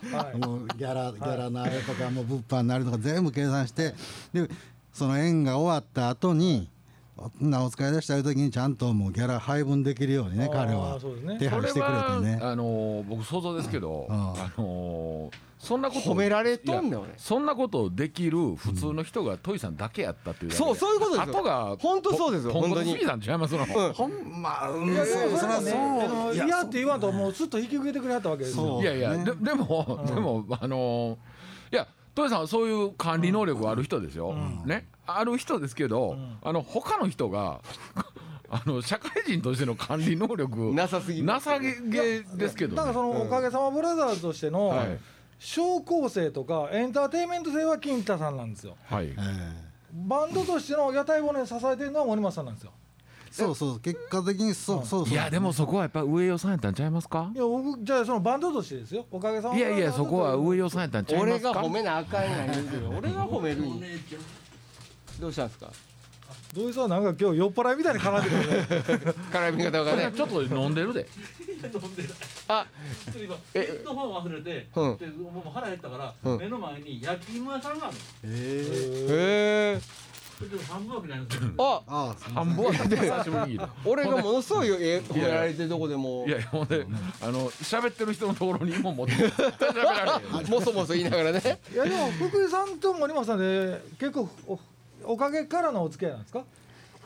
[SPEAKER 2] すねはい
[SPEAKER 3] もうギャラギャラのあれとかもう物販のあれとか全部計算してでその縁が終わった後におなお使い出した時にちゃんともうギャラ配分できるようにね
[SPEAKER 2] あー
[SPEAKER 3] 彼は
[SPEAKER 2] そうですね
[SPEAKER 3] 手
[SPEAKER 4] こ
[SPEAKER 3] 配
[SPEAKER 4] れ
[SPEAKER 3] してくれてね
[SPEAKER 4] はあのー僕想像ですけど、
[SPEAKER 3] うん
[SPEAKER 4] あのーそんなこ
[SPEAKER 1] 褒
[SPEAKER 4] と
[SPEAKER 1] められとんねん
[SPEAKER 4] いや
[SPEAKER 1] 俺
[SPEAKER 4] そんなことできる普通の人がトイさんだけやったっていうだけで
[SPEAKER 1] そうそういうことですよ
[SPEAKER 4] 後が
[SPEAKER 1] 本当そうですよ
[SPEAKER 4] ポン
[SPEAKER 1] 本
[SPEAKER 4] コ
[SPEAKER 1] 当
[SPEAKER 4] ツ
[SPEAKER 1] に
[SPEAKER 4] すぎたんちゃいますの、
[SPEAKER 1] う
[SPEAKER 3] ほんまあ、うん
[SPEAKER 2] いやいや
[SPEAKER 3] そうそりゃ
[SPEAKER 2] ねあの
[SPEAKER 3] そう
[SPEAKER 2] いやって言わんともうずっと引き受けてくれはったわけです
[SPEAKER 3] そ
[SPEAKER 2] よ
[SPEAKER 3] う
[SPEAKER 4] いやいや、
[SPEAKER 3] ね
[SPEAKER 4] ででも、でもあのーいやトイさんはそういう管理能力がある人ですよ、ねある人ですけど、あの他の人が [laughs] あの社会人としての管理能力
[SPEAKER 1] なさすぎる
[SPEAKER 4] なさげですけど、ね、
[SPEAKER 2] だからそのおかげさまブラザーズとしての
[SPEAKER 4] はい
[SPEAKER 2] 小構成とかエンターテインメント性は金太さんなんですよ
[SPEAKER 4] はい
[SPEAKER 3] ええ
[SPEAKER 2] バンドとしての屋台骨支えてるのは森松さんなんですよ
[SPEAKER 3] そうそう結果的にそうそうそ
[SPEAKER 4] い
[SPEAKER 3] う
[SPEAKER 4] やでもそこはやっぱ上予さんやったんちゃいますか
[SPEAKER 2] いや僕じゃあそのバンドとしてですよおかげさま
[SPEAKER 4] いやいやそこは上予さんやったんちゃいま
[SPEAKER 1] 俺
[SPEAKER 4] すか
[SPEAKER 1] が褒めなあかんやん言うけど俺が褒めるんどうしたん [laughs] ですか
[SPEAKER 2] 土井さんなんか今日酔っ払いみたいに絡んでるよね
[SPEAKER 1] 絡み方がね
[SPEAKER 4] ちょっと飲んでるで
[SPEAKER 1] あ
[SPEAKER 5] [laughs] ちょっと今
[SPEAKER 1] え
[SPEAKER 5] ペットファン忘れて、
[SPEAKER 1] うん
[SPEAKER 5] でもう腹減ったから、
[SPEAKER 1] うん
[SPEAKER 5] 目の前に焼き芋屋さんがある
[SPEAKER 1] へえ
[SPEAKER 5] それでも半分わけないんですよ
[SPEAKER 1] あ
[SPEAKER 3] ああ
[SPEAKER 4] 半分は久しぶりにいや
[SPEAKER 1] 俺がものすごいえ褒められてるとこでも
[SPEAKER 4] いやほんであの喋ってる人のところに芋持って絶対食べられへん
[SPEAKER 1] もそもそ言いながらね
[SPEAKER 2] いやでも福井さんと森松さんで結構おおかげからのお付き合いなんですか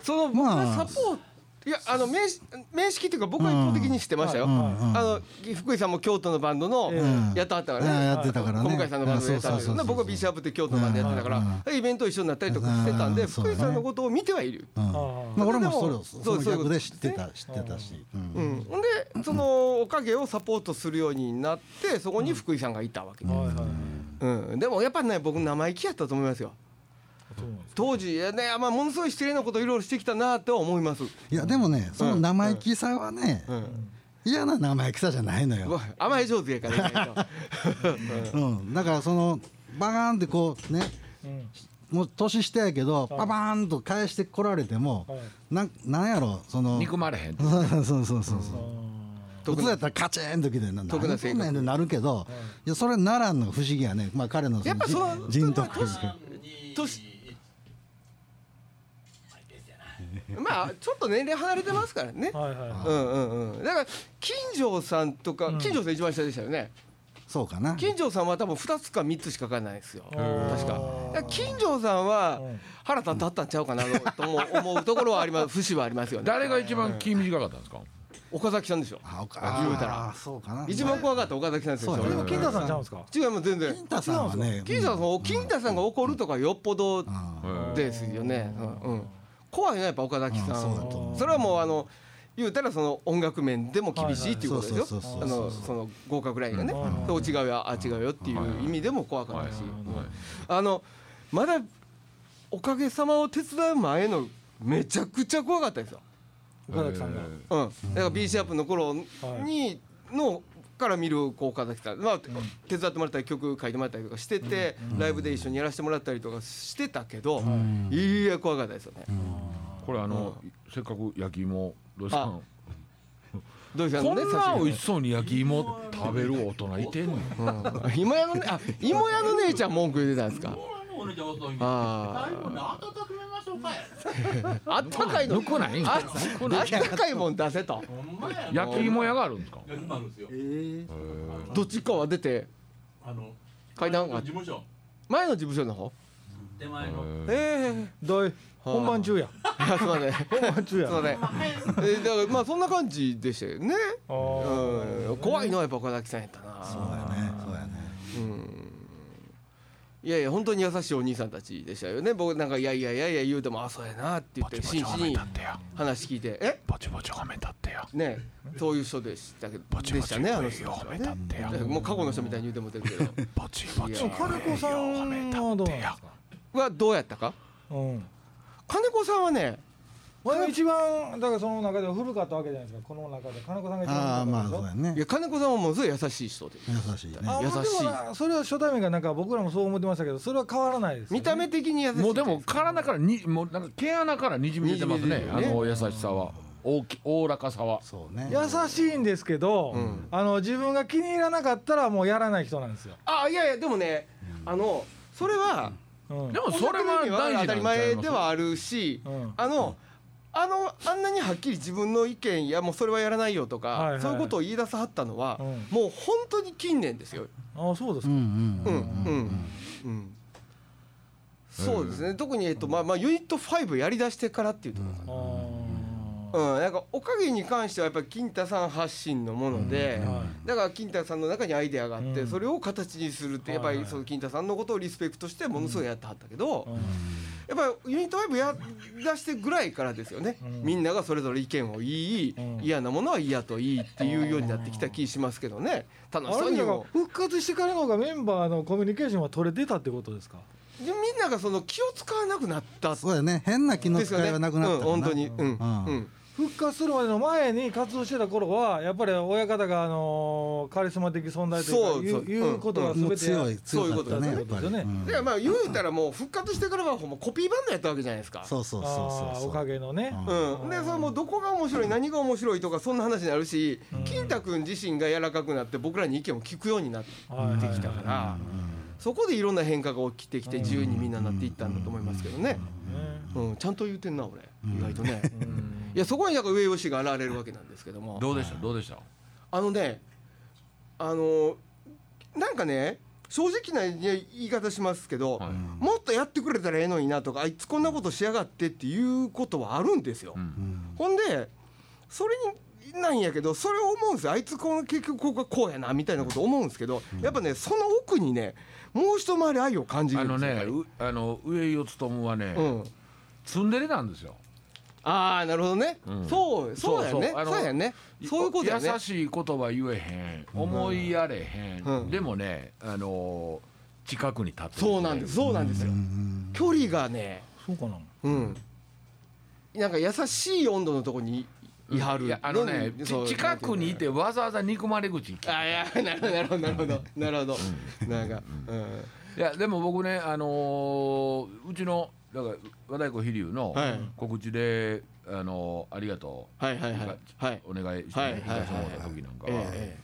[SPEAKER 1] その僕
[SPEAKER 3] ま
[SPEAKER 1] サ
[SPEAKER 3] あ
[SPEAKER 1] ポートいやあの名刺名識っていうか僕は一方的に知ってましたよ、
[SPEAKER 2] うん
[SPEAKER 3] うんうん
[SPEAKER 1] あの福井さんも京都のバンドの
[SPEAKER 2] え
[SPEAKER 3] え
[SPEAKER 1] やったあったか
[SPEAKER 3] ええ
[SPEAKER 1] らね、
[SPEAKER 3] やってたからね
[SPEAKER 1] 今回さんのバンドでやったんですけど僕は B シャープって京都のバンドやってた
[SPEAKER 3] うん
[SPEAKER 1] からイベント一緒になったりとかしてたんで
[SPEAKER 3] うんそう
[SPEAKER 1] 福
[SPEAKER 3] だ
[SPEAKER 1] 井
[SPEAKER 3] ね
[SPEAKER 1] さんのことを見てはいる、
[SPEAKER 3] うん
[SPEAKER 2] ああ
[SPEAKER 3] まあ俺もそ
[SPEAKER 1] で
[SPEAKER 3] れ
[SPEAKER 1] も
[SPEAKER 3] をその
[SPEAKER 1] そういうこ
[SPEAKER 3] 逆
[SPEAKER 1] と
[SPEAKER 3] で
[SPEAKER 1] で
[SPEAKER 3] 知
[SPEAKER 1] す
[SPEAKER 3] って
[SPEAKER 1] ね
[SPEAKER 3] た知ってたしうん
[SPEAKER 1] うん、ほんでそのおかげをサポートするようになってそこに福井さんがいたわけで、
[SPEAKER 2] はいはい
[SPEAKER 1] うん、でもやっぱね僕生意気やったと思いますよ
[SPEAKER 2] そうなんです
[SPEAKER 1] 当時いやね、まあ、ものすごい失礼なこといろいろしてきたなとは思います、
[SPEAKER 3] いやでもねその生意気さはね
[SPEAKER 1] うん、
[SPEAKER 3] 嫌な生意気さじゃないのよ、
[SPEAKER 1] 甘え上手やから意
[SPEAKER 2] [laughs]
[SPEAKER 1] 外と
[SPEAKER 3] うん、だからそのバカーンってこうね
[SPEAKER 2] うん
[SPEAKER 3] もう年下やけどパパーンと返してこられても
[SPEAKER 2] はい
[SPEAKER 3] なんなんやろその
[SPEAKER 4] 憎まれへん
[SPEAKER 3] そう [laughs] そうそうそうそう
[SPEAKER 2] あ
[SPEAKER 3] 普通やったらカチーンときてな
[SPEAKER 1] 得な性格
[SPEAKER 3] なんでこんなんでなるけどいやそれならんのが不思議やねまあ彼のそ
[SPEAKER 1] やっぱそ
[SPEAKER 3] の
[SPEAKER 1] の
[SPEAKER 3] 人人徳というか
[SPEAKER 5] 2
[SPEAKER 1] 年まあちょっと年齢離れてますからね
[SPEAKER 2] あはいはいは
[SPEAKER 1] うんうんうんだから金城さんとか、金城さん一番下でしたよね
[SPEAKER 3] そうかな
[SPEAKER 1] 金城さんは多分2つか3つしか書かないんですよ
[SPEAKER 2] いああ
[SPEAKER 1] 確かだから金城さんは
[SPEAKER 2] うん
[SPEAKER 1] 腹立ったったんちゃうかなとも思うところはあります節はありますよね
[SPEAKER 4] 誰が一番気短かったんですか
[SPEAKER 1] 岡崎さんでしょ
[SPEAKER 3] あおか
[SPEAKER 1] 言うたら
[SPEAKER 3] あそうかな
[SPEAKER 1] 一番怖かった岡崎さんですよ
[SPEAKER 3] そう
[SPEAKER 2] そ
[SPEAKER 3] や
[SPEAKER 1] そ
[SPEAKER 2] れでも金太さんちゃうんですか
[SPEAKER 1] れ違いも全然
[SPEAKER 3] 金太さんはね
[SPEAKER 1] 金太さんは金太さんが怒るとかよっぽど
[SPEAKER 3] うん
[SPEAKER 4] うん
[SPEAKER 1] ですよねうんうん怖いなやっぱ岡崎さ
[SPEAKER 3] あそうだ
[SPEAKER 1] ん
[SPEAKER 3] と
[SPEAKER 2] 思う
[SPEAKER 1] それはもうあの言うたらその音楽面でも厳しいっていうことですよ
[SPEAKER 3] そうそうそう
[SPEAKER 1] あ
[SPEAKER 3] そう
[SPEAKER 1] のその合格ラインがね
[SPEAKER 2] うん
[SPEAKER 1] そう違うよあ違うよっていう意味でも怖か
[SPEAKER 4] は
[SPEAKER 1] っ
[SPEAKER 4] い
[SPEAKER 1] たし
[SPEAKER 4] はい
[SPEAKER 1] あのまだおかげさまを手伝う前のめちゃくちゃ怖かったですよ。
[SPEAKER 2] 岡崎さんが
[SPEAKER 4] え
[SPEAKER 1] うん、だから B シャープの頃にのから見るこう岡崎さん、まあ、手伝ってもらったり曲書いてもらったりとかしてて、ライブで一緒にやらせてもらったりとかしてたけど、いや怖かったですよね。
[SPEAKER 4] ーこれあのせっかく焼き芋どうしたん
[SPEAKER 1] どうしたの
[SPEAKER 4] こ
[SPEAKER 1] ね
[SPEAKER 4] んな美味しそうに焼き芋食べる大人いてんの
[SPEAKER 1] 刺 [laughs] 身芋屋のねあ芋屋の姉ちゃん文句言ってたんですか。
[SPEAKER 5] あのお姉ちゃん遅いんで
[SPEAKER 1] あ
[SPEAKER 5] 最後に温めましょうかい
[SPEAKER 1] ああったかいの
[SPEAKER 4] ぬくないん
[SPEAKER 1] ああったかいもん出せと
[SPEAKER 5] ほんまやな
[SPEAKER 4] 焼き芋屋があるんですか
[SPEAKER 5] 焼き芋あるんですよ
[SPEAKER 1] どっちかは出て
[SPEAKER 5] あの
[SPEAKER 1] 階段が
[SPEAKER 5] 事務所
[SPEAKER 1] 前の事務所の方
[SPEAKER 5] 手前の
[SPEAKER 1] ええ
[SPEAKER 2] 土井本番中や
[SPEAKER 1] あすいません
[SPEAKER 2] 本番中や
[SPEAKER 1] すいませんえだからまあそんな感じでしたよね
[SPEAKER 2] あー
[SPEAKER 1] うん怖いのはやっぱ岡崎さんやったな
[SPEAKER 3] そうやねそうやね
[SPEAKER 1] いやいや本当に優しいお兄さんたちでしたよね僕なんか「いやいやいやいや」言うても「あそうやな」って言って真摯に話聞いてえ
[SPEAKER 4] ぼちぼち褒めたってよ
[SPEAKER 1] ねそういう人でしたけどでしたねあの人たちはね
[SPEAKER 4] て
[SPEAKER 1] だからもう過去の人みたいに言うてもうてるけど
[SPEAKER 4] [laughs] ぼちぼ
[SPEAKER 1] ち
[SPEAKER 2] でも金子さんはどうなんですか
[SPEAKER 1] はどうやったか
[SPEAKER 2] うん
[SPEAKER 1] 金子さんはね
[SPEAKER 2] 俺が一番だからその中では古かったわけじゃないですかこの中で金子さんが一
[SPEAKER 3] ああ
[SPEAKER 2] 番古か
[SPEAKER 3] ま
[SPEAKER 2] ったでし
[SPEAKER 3] あ
[SPEAKER 2] ょ
[SPEAKER 3] そうやね
[SPEAKER 1] いや金子さんはものすごい優しい人で
[SPEAKER 3] 優しいね
[SPEAKER 2] あ
[SPEAKER 1] 優しい
[SPEAKER 2] まあでもなそれは初対面がなんか僕らもそう思ってましたけどそれは変わらないですよね、
[SPEAKER 1] 見た目的に優しい
[SPEAKER 4] もうでも体からにもうなんか毛穴からにじみ出てますね
[SPEAKER 1] にじみ
[SPEAKER 4] あ
[SPEAKER 1] 出てるね
[SPEAKER 4] の優しさは大きおおらかさは
[SPEAKER 3] そうね
[SPEAKER 2] 優しいんですけど、
[SPEAKER 1] ん
[SPEAKER 2] あの自分が気に入らなかったらもうやらない人なんですよ、
[SPEAKER 1] あいやいやでもねあのそれは
[SPEAKER 2] うん
[SPEAKER 4] でもそれは大事なんちゃいます
[SPEAKER 1] 当たり前ではあるし、
[SPEAKER 2] うん
[SPEAKER 1] あの。あのあんなにはっきり自分の意見やもうそれはやらないよとか、
[SPEAKER 2] はいはい
[SPEAKER 1] そういうことを言い出さはったのは、
[SPEAKER 2] うん
[SPEAKER 1] もう本当に近年ですよ。
[SPEAKER 2] ああそうです
[SPEAKER 3] う
[SPEAKER 2] か、
[SPEAKER 1] う
[SPEAKER 3] んうん
[SPEAKER 1] うんんうんそうですね特に、えっとまあまあ、ユニット5やりだしてからっていうところかな
[SPEAKER 2] ああ
[SPEAKER 1] うん、なんかおかげに関してはやっぱり金太さん発信のもので、
[SPEAKER 2] は
[SPEAKER 1] だから金太さんの中にアイデアがあって、
[SPEAKER 2] うん
[SPEAKER 1] それを形にするってやっぱ
[SPEAKER 2] は
[SPEAKER 1] り
[SPEAKER 2] い
[SPEAKER 1] その金太さんのことをリスペクトしてものすごいやってはったけど、
[SPEAKER 2] うん
[SPEAKER 1] やっぱりユニットライブや出してぐらいからですよね、みんながそれぞれ意見を言い、嫌なものは嫌と言いっていうようになってきた気しますけどね楽し
[SPEAKER 2] あ
[SPEAKER 1] そう
[SPEAKER 2] れ
[SPEAKER 1] に
[SPEAKER 2] だから
[SPEAKER 1] も
[SPEAKER 2] 復活してからの方がメンバーのコミュニケーションは取れてたってことですか
[SPEAKER 1] でみんながその気を使わなくなった
[SPEAKER 3] そうだね変な気の
[SPEAKER 1] です
[SPEAKER 3] 使
[SPEAKER 1] よ
[SPEAKER 3] い
[SPEAKER 1] ね
[SPEAKER 3] はなくな
[SPEAKER 1] う
[SPEAKER 3] った
[SPEAKER 1] ん
[SPEAKER 3] かな
[SPEAKER 1] 本当にうん
[SPEAKER 3] うん
[SPEAKER 1] うん
[SPEAKER 2] 復活するまでの前に活動してた頃はやっぱり親方があのカリスマ的存在
[SPEAKER 1] そ
[SPEAKER 2] と
[SPEAKER 1] う
[SPEAKER 2] いう
[SPEAKER 1] そう
[SPEAKER 2] かいういうことが
[SPEAKER 3] も
[SPEAKER 2] 全
[SPEAKER 3] う
[SPEAKER 2] て
[SPEAKER 3] 強い
[SPEAKER 1] そういう
[SPEAKER 3] 強
[SPEAKER 1] こ
[SPEAKER 3] か
[SPEAKER 1] と
[SPEAKER 3] っ
[SPEAKER 1] だ
[SPEAKER 3] たね
[SPEAKER 1] ね
[SPEAKER 3] や
[SPEAKER 2] そうい
[SPEAKER 3] っぱり、
[SPEAKER 2] うことですよね
[SPEAKER 3] うん
[SPEAKER 1] だからまあ言うたらもう復活してからはほんまコピーバンドやったわけじゃないですか。
[SPEAKER 3] そうそうそう
[SPEAKER 2] あー
[SPEAKER 3] そう
[SPEAKER 2] おかげのね、
[SPEAKER 3] うん
[SPEAKER 1] うん、でそれもうどこが面白い何が面白いとかそんな話になるし金太君自身が柔らかくなって僕らに意見を聞くようになって
[SPEAKER 2] はいはいはい
[SPEAKER 1] きたからそこでいろんな変化が起きてきて自由にみんななっていったんだと思いますけどね、うん、ちゃんと言うてんな俺意外とねいやそこになんか上吉が現れるわけなんですけども
[SPEAKER 4] どうでしたどうでした
[SPEAKER 1] あのねあのなんかね正直な言い方しますけど、
[SPEAKER 4] はい
[SPEAKER 1] もっとやってくれたらええのになとかあいつこんなことしやがってっていうことはあるんですよ。
[SPEAKER 3] うん
[SPEAKER 1] ほんでそれになんやけどそれを思うんですよあいつこの結局ここがこうやなみたいなこと思うんですけど、やっぱねその奥にねもう一回り愛を感じる
[SPEAKER 4] あ
[SPEAKER 1] んで
[SPEAKER 4] の
[SPEAKER 1] すよ。
[SPEAKER 4] ねうあの上井を務はね、
[SPEAKER 1] うん、
[SPEAKER 4] ツンデレなんですよ
[SPEAKER 1] ああなるほどね、
[SPEAKER 4] うん
[SPEAKER 1] そうそうやね
[SPEAKER 4] そう
[SPEAKER 1] そ
[SPEAKER 4] そう
[SPEAKER 1] う
[SPEAKER 4] あの
[SPEAKER 1] やねそういうことやね
[SPEAKER 4] 優しい言葉言えへん思いやれへん、
[SPEAKER 1] うん
[SPEAKER 4] でもねあのー近くに立ってる
[SPEAKER 1] そうなんですそうなんですよ、
[SPEAKER 3] うん
[SPEAKER 1] 距離がね
[SPEAKER 2] そうかな
[SPEAKER 1] うん、なんか優しい温度のとこにいはる、
[SPEAKER 4] いやあのねち
[SPEAKER 1] そう
[SPEAKER 4] 近くにいてわざわざ憎まれ口聞く
[SPEAKER 1] あいやなるほどなるほどなるほどなるほどなんか、うん、
[SPEAKER 4] いやでも僕ねあのーうちのだから和太鼓飛龍の
[SPEAKER 1] はい
[SPEAKER 4] 告知で、あのーありがとう、
[SPEAKER 1] はいはいはいはい
[SPEAKER 4] お願いして、
[SPEAKER 1] はい
[SPEAKER 4] ね
[SPEAKER 1] はい
[SPEAKER 4] 行かせてもらった時なんかは、
[SPEAKER 1] え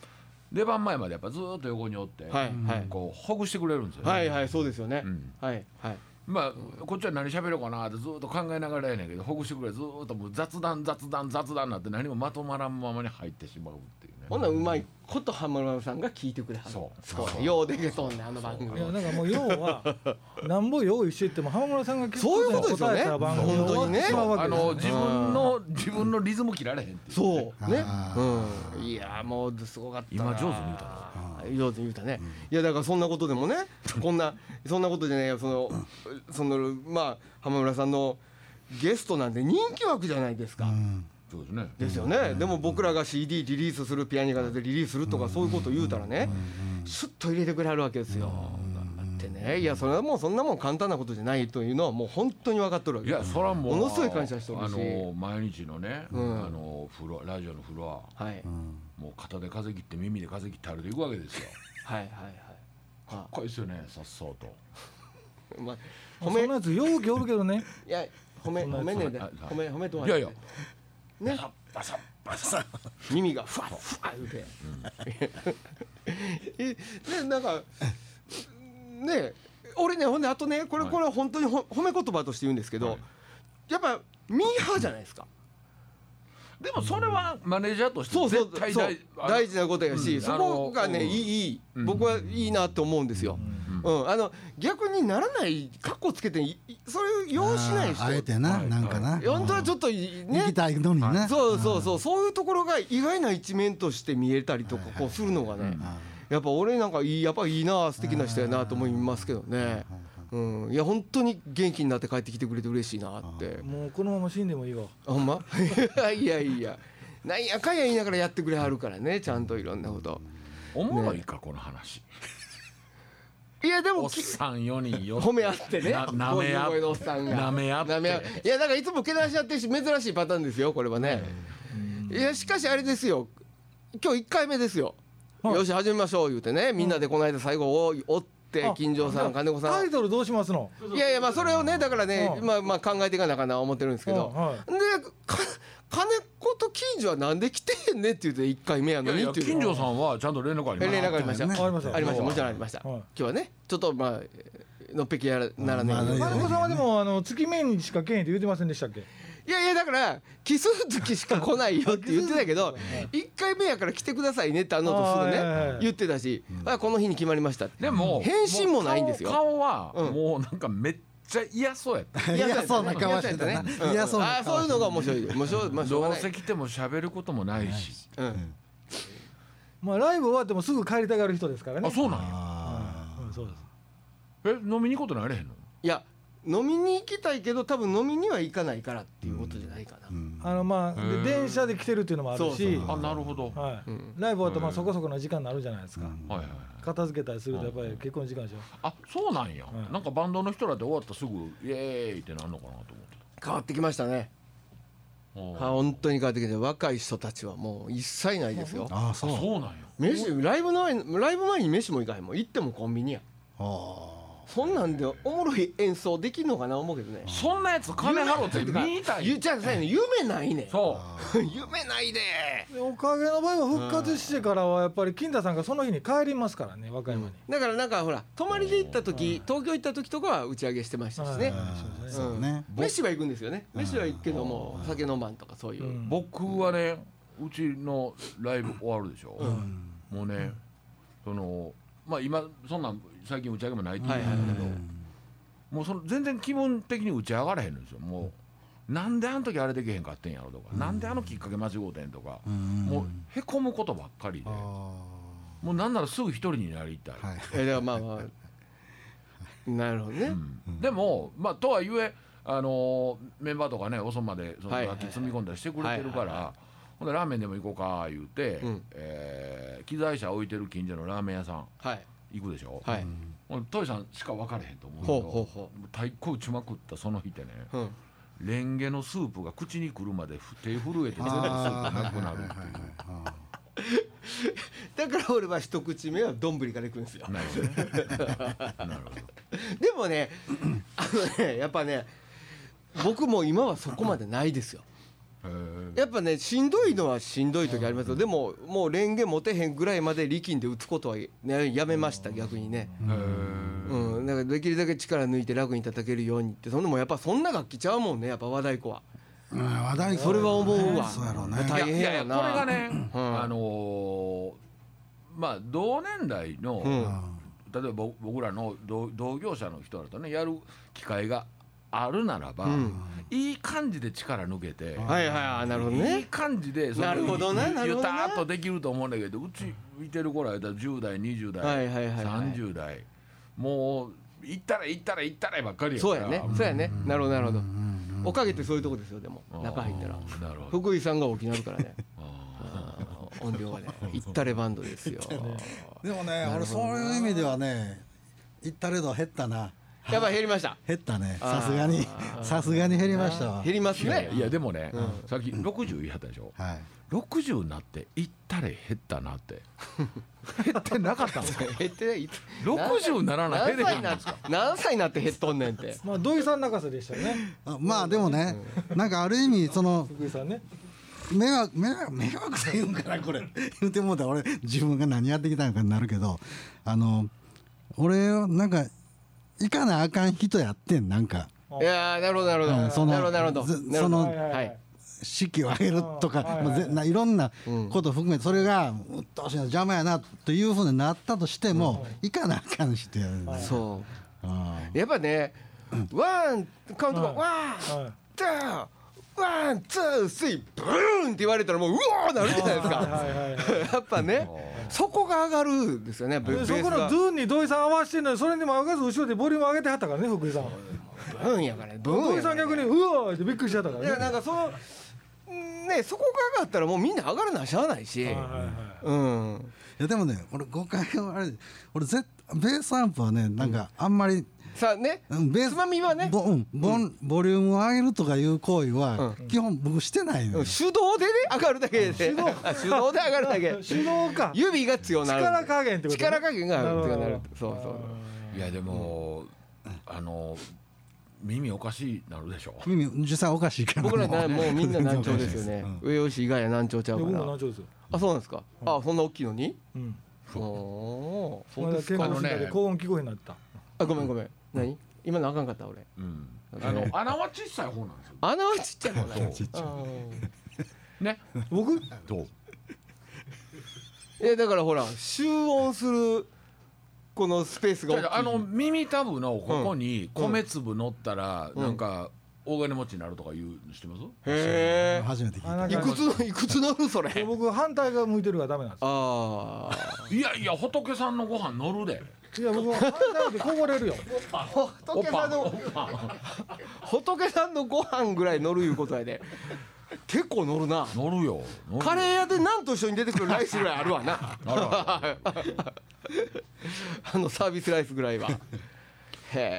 [SPEAKER 4] 出番前までやっぱずーっと横におって、
[SPEAKER 1] えはいはい
[SPEAKER 4] こうほぐしてくれるんですよ、ね
[SPEAKER 1] はいはいそうですよね、
[SPEAKER 4] うん
[SPEAKER 1] はいはい
[SPEAKER 4] まあこっちは何喋ろうかなってずーっと考えながらやねんけどほぐしてくれずーっともう雑談雑談雑談になって何もまとまらんままに入ってしまうっていうね
[SPEAKER 1] ほんならうまいこと浜村さんが聞いてくれはる
[SPEAKER 4] そう
[SPEAKER 1] そうようでけそうねあの番組
[SPEAKER 2] いやなんかもう要はなんぼ用意してっても浜村さんが結
[SPEAKER 1] そういうことですよね
[SPEAKER 2] 答えた番組
[SPEAKER 1] 本当にね
[SPEAKER 2] 終わって
[SPEAKER 4] あ
[SPEAKER 2] しまう
[SPEAKER 4] の
[SPEAKER 2] わけで
[SPEAKER 4] 自分の自分のリズム切られへんっていう
[SPEAKER 1] そうね
[SPEAKER 3] あ、
[SPEAKER 1] うん、いやもうすごかったな
[SPEAKER 4] 今上手に言う
[SPEAKER 1] 上手に言うたね、いやだからそんなことでもねこんなそんなことじゃないよそのそのまあ浜村さんのゲストなんて人気枠じゃないですか、
[SPEAKER 4] そうですね
[SPEAKER 1] ですよね、でも僕らが CD リリースするピアニカでリリースするとかそういうこと言うたらねシュッと入れてくれはるわけですよ頑張ってねいやそれはもうそんなもん簡単なことじゃないというのはもう本当に分かっとるわ
[SPEAKER 4] い
[SPEAKER 1] け
[SPEAKER 4] やそらもう
[SPEAKER 1] ものすごい感謝してるし
[SPEAKER 4] あの毎日のね、
[SPEAKER 1] うん
[SPEAKER 4] あのフロアラジオのフロア
[SPEAKER 1] はい、
[SPEAKER 4] もう肩で風切って耳で風切って歩いていくわけです
[SPEAKER 1] [laughs]
[SPEAKER 4] よ
[SPEAKER 1] はいはいはい
[SPEAKER 4] かっこいいですよねさっそうと
[SPEAKER 1] うまい
[SPEAKER 2] そ
[SPEAKER 1] 褒
[SPEAKER 2] ん
[SPEAKER 1] め
[SPEAKER 2] なやつ容器おるけどね
[SPEAKER 1] いや褒め褒めねえで
[SPEAKER 4] はい
[SPEAKER 1] 褒め褒めとはい
[SPEAKER 4] やいや
[SPEAKER 1] ね
[SPEAKER 4] バサッバサッ
[SPEAKER 1] 耳がふわふわ言うて、 [laughs] えねなんかね俺ねほんであとねこれ
[SPEAKER 4] はい
[SPEAKER 1] これは本当にほ褒め言葉として言うんですけど、
[SPEAKER 4] はい
[SPEAKER 1] やっぱミーハーじゃないですか。
[SPEAKER 4] でもそれはマネージャーとして
[SPEAKER 1] そうそう
[SPEAKER 4] 絶対
[SPEAKER 1] そう大
[SPEAKER 4] 事
[SPEAKER 1] 事なことやし、
[SPEAKER 4] うん
[SPEAKER 1] そこが
[SPEAKER 4] あ
[SPEAKER 1] ね
[SPEAKER 4] の
[SPEAKER 1] いいいい僕はいいなと思うんですよ。うん、あの逆にならない格好つけていいそれを要しない人
[SPEAKER 3] あーあえてな、
[SPEAKER 4] はい
[SPEAKER 3] なんかな、
[SPEAKER 1] 本当はちょっといい
[SPEAKER 3] 行
[SPEAKER 1] ね
[SPEAKER 3] きたいのにね
[SPEAKER 1] そうそうそうそういうところが意外な一面として見えたりとかこうするのがねやっぱ俺なんかいいやっぱいいな素敵な人やなと思いますけどねうんいや本当に元気になって帰ってきてくれて嬉しいなって
[SPEAKER 2] もうこのまま死んでもいいわ
[SPEAKER 1] あほんま [laughs] いやいやなんやかんや言いながらやってくれはるからねちゃんといろんなこと
[SPEAKER 4] おもろいかこの話
[SPEAKER 1] いやで
[SPEAKER 4] お
[SPEAKER 1] も
[SPEAKER 4] っ
[SPEAKER 1] き
[SPEAKER 4] さん4人よ
[SPEAKER 1] 褒め合ってね
[SPEAKER 4] ななめ合っ
[SPEAKER 1] こういう声のおっさんが
[SPEAKER 4] なめ合って
[SPEAKER 1] なめ合いやだからいつもけなし合ってるし珍しいパターンですよこれはねいやしかしあれですよ今日1回目ですよ、
[SPEAKER 2] はい
[SPEAKER 1] よし始めましょう言うてねみんなでこの間最後を追って
[SPEAKER 2] あ
[SPEAKER 1] 金城さん金子さ
[SPEAKER 2] タイ
[SPEAKER 1] ん
[SPEAKER 2] トルどうしますの
[SPEAKER 1] いやいやまあそれをねだからね
[SPEAKER 2] うん
[SPEAKER 1] まあまあ考えていかなあかんな思ってるんですけど
[SPEAKER 2] うんはい
[SPEAKER 1] でか金子と金城はなんで来てへんねって言うて1回目や
[SPEAKER 4] い
[SPEAKER 1] の
[SPEAKER 4] やい
[SPEAKER 1] に
[SPEAKER 4] や
[SPEAKER 1] っていう
[SPEAKER 4] 金
[SPEAKER 1] の
[SPEAKER 4] 城さんはちゃんと連絡あります
[SPEAKER 1] 連絡ありました
[SPEAKER 3] あ
[SPEAKER 2] ありました
[SPEAKER 1] ありましたもちろんありました
[SPEAKER 2] はい
[SPEAKER 1] 今日はねちょっとまあのっぺきやらならねえように
[SPEAKER 3] まあ
[SPEAKER 2] 金子さんはでもあの月面にしかけへんって言ってませんでしたっけ
[SPEAKER 1] いやいやだから奇数月しか来ないよって言ってたけど1回目やから来てくださいねってあの後すぐ
[SPEAKER 2] あーはいはいは
[SPEAKER 1] ね
[SPEAKER 2] い
[SPEAKER 1] 言ってたしあこの日に決まりましたって
[SPEAKER 4] でも
[SPEAKER 1] 返信もないんですよ
[SPEAKER 4] 顔顔は
[SPEAKER 1] うん
[SPEAKER 4] もうなんかめっちゃ嫌そうやった
[SPEAKER 3] いやそうな顔してたな
[SPEAKER 1] うん
[SPEAKER 3] いやそうな
[SPEAKER 1] あーそういうのが面白
[SPEAKER 3] [laughs]
[SPEAKER 1] い面白いまあしょうが
[SPEAKER 4] どう
[SPEAKER 1] ない
[SPEAKER 4] せ来ても喋ることもないし
[SPEAKER 1] うん
[SPEAKER 2] まあライブ終わってもすぐ帰りたがる人ですからね
[SPEAKER 4] あそうなんや
[SPEAKER 3] あ
[SPEAKER 2] うんそうです
[SPEAKER 4] え飲みに行くことなれへんの
[SPEAKER 1] いや飲みに行きたいけど多分飲みには行かないからっていうことじゃないかな、
[SPEAKER 2] あのまあ
[SPEAKER 4] へー
[SPEAKER 2] で電車で来てるっていうのもあるし
[SPEAKER 1] そう
[SPEAKER 4] あなるほど、
[SPEAKER 2] は
[SPEAKER 1] う
[SPEAKER 2] い
[SPEAKER 1] ん
[SPEAKER 2] ライブ終わったらまあそこそこの時間になるじゃないですか
[SPEAKER 4] はいはい
[SPEAKER 2] 片付けたりするとやっぱり結構な時間でしょ
[SPEAKER 4] あそうなんや、
[SPEAKER 2] はい
[SPEAKER 4] なんかバンドの人らで終わったらすぐイエーイってなるのかなと
[SPEAKER 1] 変わってきましたね、
[SPEAKER 4] 思ってた
[SPEAKER 1] は本当に変わってきて若い人たちはもう一切ないですよ
[SPEAKER 3] ああ
[SPEAKER 4] あ
[SPEAKER 3] そう
[SPEAKER 4] そうなんや
[SPEAKER 1] 飯ライブの前にライブ前に飯も行かへんもん行ってもコンビニや
[SPEAKER 3] あ
[SPEAKER 1] そんなんでおもろい演奏できんのかな思うけどね
[SPEAKER 4] そんなやつ金払って見た
[SPEAKER 1] 言っ
[SPEAKER 4] い
[SPEAKER 1] ちゃうさやね夢ないねん
[SPEAKER 4] そ
[SPEAKER 1] [laughs] 夢ないで
[SPEAKER 2] でおかげの場合は復活してからはやっぱり金田さんがその日に帰りますからね和歌山に
[SPEAKER 1] だからなんかほら泊まりで行った時東京行った時とかは打ち上げしてましたしね
[SPEAKER 2] は
[SPEAKER 3] あ
[SPEAKER 2] そうですね
[SPEAKER 3] そうね
[SPEAKER 1] 飯は行くんですよね飯は行くけども酒飲まんとかそういう、
[SPEAKER 2] う
[SPEAKER 4] うん僕はねうちのライブ終わるでしょ、もうねそのまあ今そんなん最近打ち上げもないって言うんだけど、
[SPEAKER 1] はいはいは
[SPEAKER 4] もうその全然気分的に打ち上がらへんのですよもうなんであの時あれできへんかってんやろとか、なんであのきっかけ間違うてんとか、
[SPEAKER 3] うん
[SPEAKER 4] もうへこむことばっかりで
[SPEAKER 3] あ
[SPEAKER 4] もうなんならすぐ一人になりたい、
[SPEAKER 3] あはい
[SPEAKER 1] [laughs] えだからまあまあなるほどね、
[SPEAKER 4] でもまあとはいえあのーメンバーとかね遅までその
[SPEAKER 1] はい
[SPEAKER 4] 楽器積み込んだりしてくれてる
[SPEAKER 1] は
[SPEAKER 4] か
[SPEAKER 1] いはい
[SPEAKER 4] らほんでラーメンでも行こうか言うて、
[SPEAKER 1] うん
[SPEAKER 4] えー機材車置いてる近所のラーメン屋さん
[SPEAKER 1] はい
[SPEAKER 4] 行くでしょ、
[SPEAKER 1] はい、
[SPEAKER 4] ほんでトイさんしか分かれへんと思うけど
[SPEAKER 1] ほうほうほ
[SPEAKER 4] 太鼓打ちまくったその日ってね
[SPEAKER 1] う、うん、
[SPEAKER 4] レンゲのスープが口にくるまで手震えて全部スー
[SPEAKER 3] あ
[SPEAKER 4] プ
[SPEAKER 3] あ
[SPEAKER 4] なくなる
[SPEAKER 3] はい
[SPEAKER 4] って
[SPEAKER 3] はいはいはいああ
[SPEAKER 1] だから俺は一口目は丼から行くんですよ
[SPEAKER 4] なるほどね
[SPEAKER 1] [laughs]
[SPEAKER 4] なるほど
[SPEAKER 1] でもねあのねやっぱね僕も今はそこまでないですよ
[SPEAKER 4] へー
[SPEAKER 1] やっぱねしんどいのはしんどい時ありますよでももうレンゲ持てへんぐらいまで力んで打つことは、ね、やめました逆にね、
[SPEAKER 4] へー
[SPEAKER 1] うん、だからできるだけ力抜いて楽に叩けるようにってそんなもんやっぱそんな楽器ちゃうもんねやっぱ和太鼓は
[SPEAKER 3] うん話題
[SPEAKER 1] それは思うわ
[SPEAKER 3] そうやろうね
[SPEAKER 1] 大変やろ
[SPEAKER 4] いやいや
[SPEAKER 1] な
[SPEAKER 4] これがね、
[SPEAKER 1] うん
[SPEAKER 4] あのーまあ同年代の、
[SPEAKER 1] うん
[SPEAKER 4] 例えば僕僕らの同同業者の人だとねやる機会があるならば、
[SPEAKER 1] うん
[SPEAKER 4] いい感じで力抜けて、
[SPEAKER 1] はいはいあなるほど
[SPEAKER 4] いい
[SPEAKER 1] ね
[SPEAKER 4] 感じでその
[SPEAKER 1] なるほどななる
[SPEAKER 4] ゆ
[SPEAKER 1] ほど
[SPEAKER 4] た
[SPEAKER 1] な
[SPEAKER 4] ーっとできると思うんだけどうち見てる頃やったら10代20代、
[SPEAKER 1] はいはいはいはい
[SPEAKER 4] 30代もう行ったら行ったら行ったらばっかりやか
[SPEAKER 1] そう
[SPEAKER 4] ら
[SPEAKER 1] やねそうやねなるほどなるほどおかげってそういうとこですよでも
[SPEAKER 4] うん
[SPEAKER 1] 中入ったら
[SPEAKER 4] なるほど
[SPEAKER 1] 福井さんが沖縄るからね
[SPEAKER 4] あ
[SPEAKER 1] あー音量がねいったれバンドですよ
[SPEAKER 3] でもね俺そういう意味ではね行ったれど減ったな
[SPEAKER 1] やっぱ減りました
[SPEAKER 3] 減ったね
[SPEAKER 1] あー
[SPEAKER 3] さすがにさすがに減りましたわ
[SPEAKER 1] 減ります
[SPEAKER 4] ーいやい
[SPEAKER 1] ね
[SPEAKER 4] やいやでもね、さっき60言いはったでしょ、
[SPEAKER 3] はい
[SPEAKER 4] 60になって行ったれ減ったなって
[SPEAKER 1] [laughs]
[SPEAKER 4] 減ってなかったんですか
[SPEAKER 1] 減ってない
[SPEAKER 4] 60ならな
[SPEAKER 1] 何
[SPEAKER 4] 減れ
[SPEAKER 1] 歳
[SPEAKER 4] へん
[SPEAKER 1] に
[SPEAKER 4] の
[SPEAKER 1] な
[SPEAKER 4] ですか
[SPEAKER 1] 何歳になって減っとんねんって
[SPEAKER 2] [laughs] まあ土井さん泣かせでしたよね
[SPEAKER 3] あまあでもねなんかある意味その
[SPEAKER 2] 福井さんね
[SPEAKER 3] 迷惑迷惑迷惑と言うんかなこれ言うてもうたら俺自分が何やってきたのかになるけどあの俺なんか行かなあかん人やってんなんか
[SPEAKER 1] いやーなるほどなるほ
[SPEAKER 3] うんそ
[SPEAKER 1] ど
[SPEAKER 3] の
[SPEAKER 1] なるほどなるほど
[SPEAKER 3] ず
[SPEAKER 1] なるほど
[SPEAKER 3] その
[SPEAKER 2] はいはい
[SPEAKER 1] は
[SPEAKER 2] はいい
[SPEAKER 3] 式を挙げるとか
[SPEAKER 2] あー
[SPEAKER 3] まあ
[SPEAKER 2] はいはい
[SPEAKER 3] ぜないろんなこと含めてそれがうっとうしいな邪魔やなというふうになったとしても行かなあかん人やねんな
[SPEAKER 1] そ
[SPEAKER 3] あ
[SPEAKER 1] うやっぱねワンカウントが
[SPEAKER 2] う
[SPEAKER 1] ワン
[SPEAKER 2] んは
[SPEAKER 1] ツーワンツースリーブーンって言われたらもううおーなるじゃないです
[SPEAKER 2] いはいはいはい
[SPEAKER 1] かやっぱねそこが上がるんですよねベベ
[SPEAKER 2] で
[SPEAKER 1] ース
[SPEAKER 2] そこの
[SPEAKER 1] が
[SPEAKER 2] ズーンに土井さん合わせてんのにそれにも合わず後ろでボリューム上げてはったからね福井さんは
[SPEAKER 1] ブーンやからねブーン
[SPEAKER 2] 土井
[SPEAKER 1] や
[SPEAKER 2] さ
[SPEAKER 1] か
[SPEAKER 2] ん
[SPEAKER 1] ら
[SPEAKER 2] 逆
[SPEAKER 1] ね
[SPEAKER 2] にうわーってびっくりしちゃったか
[SPEAKER 1] いや
[SPEAKER 2] らね
[SPEAKER 1] なんかそのねそこが上がったらもうみんな上がらなしゃあないし
[SPEAKER 2] はいはいはい
[SPEAKER 1] うん
[SPEAKER 3] いやでもね俺誤解はあれ俺絶ベースアンプはねなんかあんまり
[SPEAKER 1] さあね
[SPEAKER 3] うんベース
[SPEAKER 1] つまみはね
[SPEAKER 3] ボ,、うんボンボリュームを上げるとかいう行為は基本僕してないのよ、
[SPEAKER 1] 手動でね上がるだけで [laughs] 手動で上がるだけ
[SPEAKER 2] [laughs] 手動か
[SPEAKER 1] 指が強なる
[SPEAKER 2] 力加減ってことね
[SPEAKER 1] 力加減が強な
[SPEAKER 2] なる
[SPEAKER 1] る
[SPEAKER 2] ほど
[SPEAKER 1] そうそう
[SPEAKER 4] いやでも、あの耳おかしいなるでしょ
[SPEAKER 3] 耳実際おかしいから
[SPEAKER 1] 僕らなもうみんな難聴
[SPEAKER 3] 全然お
[SPEAKER 1] で
[SPEAKER 3] かしい
[SPEAKER 1] すよ
[SPEAKER 3] [laughs]
[SPEAKER 1] ね
[SPEAKER 3] うん
[SPEAKER 1] 上吉以外は難聴ちゃう
[SPEAKER 2] 僕
[SPEAKER 1] か
[SPEAKER 2] も
[SPEAKER 1] ら
[SPEAKER 2] 難聴ですよ
[SPEAKER 1] あそうなんですかあそんな大きいのに
[SPEAKER 2] うん
[SPEAKER 1] おーそ
[SPEAKER 2] ま
[SPEAKER 1] う
[SPEAKER 2] だ
[SPEAKER 1] です
[SPEAKER 2] 健
[SPEAKER 1] か
[SPEAKER 2] 康診断
[SPEAKER 4] あの
[SPEAKER 2] で
[SPEAKER 4] ね
[SPEAKER 2] 高音聞こえになった
[SPEAKER 1] あごめんごめん何今のあかんかった俺
[SPEAKER 4] うんあの穴は小さい方なんですよ
[SPEAKER 1] 穴はちっちゃいも
[SPEAKER 2] [laughs]
[SPEAKER 1] んな
[SPEAKER 4] そう
[SPEAKER 1] うん
[SPEAKER 4] ね
[SPEAKER 2] 僕
[SPEAKER 4] どう
[SPEAKER 1] いやだからほら集音するこのスペースが大きい
[SPEAKER 4] あの耳たぶのここに米粒乗ったら、
[SPEAKER 1] うん
[SPEAKER 4] なんか大金持ちになるとか言うの知ってます、
[SPEAKER 1] へ
[SPEAKER 3] 初めて聞
[SPEAKER 2] あ
[SPEAKER 3] い
[SPEAKER 2] な
[SPEAKER 3] た
[SPEAKER 2] ん
[SPEAKER 1] えい
[SPEAKER 2] か
[SPEAKER 1] くつのいくつ乗るそ
[SPEAKER 2] [laughs]
[SPEAKER 1] れ [laughs]
[SPEAKER 2] 僕反対側向いてるからダメなんですよ
[SPEAKER 1] ああ
[SPEAKER 4] いやいや仏さんのご飯乗るで
[SPEAKER 2] いや僕はあれだってこぼれるよ
[SPEAKER 1] 仏さんの仏さんのご飯ぐらい乗るいうことやで結構乗るな
[SPEAKER 4] 乗るよ乗るよ
[SPEAKER 1] カレー屋でなんと一緒に出てくるライスぐらいあるわな
[SPEAKER 4] あるあ
[SPEAKER 1] [laughs] あのサービスライスぐらいはへ
[SPEAKER 4] る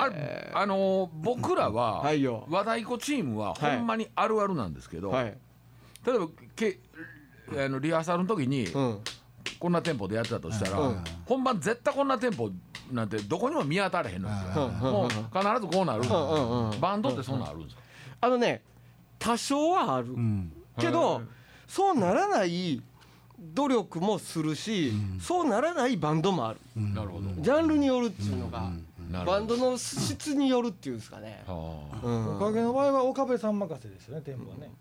[SPEAKER 4] あれ
[SPEAKER 1] え
[SPEAKER 4] あのー僕らは
[SPEAKER 1] はいよ
[SPEAKER 4] 和太鼓チームは
[SPEAKER 1] は
[SPEAKER 4] ほ
[SPEAKER 1] い
[SPEAKER 4] んまにあるあるなんですけど、
[SPEAKER 1] はい
[SPEAKER 4] 例えばけあのリハーサルの時に
[SPEAKER 1] うん
[SPEAKER 4] こんなテンポでやってたとしたら、
[SPEAKER 1] うん
[SPEAKER 4] 本番絶対こんなテンポなんてどこにも見当たらへんのですよ、
[SPEAKER 1] うん
[SPEAKER 4] もう必ずこうなる、
[SPEAKER 1] んうん
[SPEAKER 4] バンドってそんなんあるんですか、
[SPEAKER 1] あのね多少はある
[SPEAKER 3] うん
[SPEAKER 1] け
[SPEAKER 4] へ
[SPEAKER 1] ど
[SPEAKER 4] え
[SPEAKER 1] そうならない努力もするしそうならないバンドもある
[SPEAKER 4] なるほど、
[SPEAKER 1] ジャンルによるっていうのが
[SPEAKER 4] なるほ
[SPEAKER 1] バ
[SPEAKER 4] ど
[SPEAKER 1] ンドの質によるっていうんですかね
[SPEAKER 4] はあ
[SPEAKER 1] うん
[SPEAKER 2] おかげの場合は岡部さん任せですよね店舗はね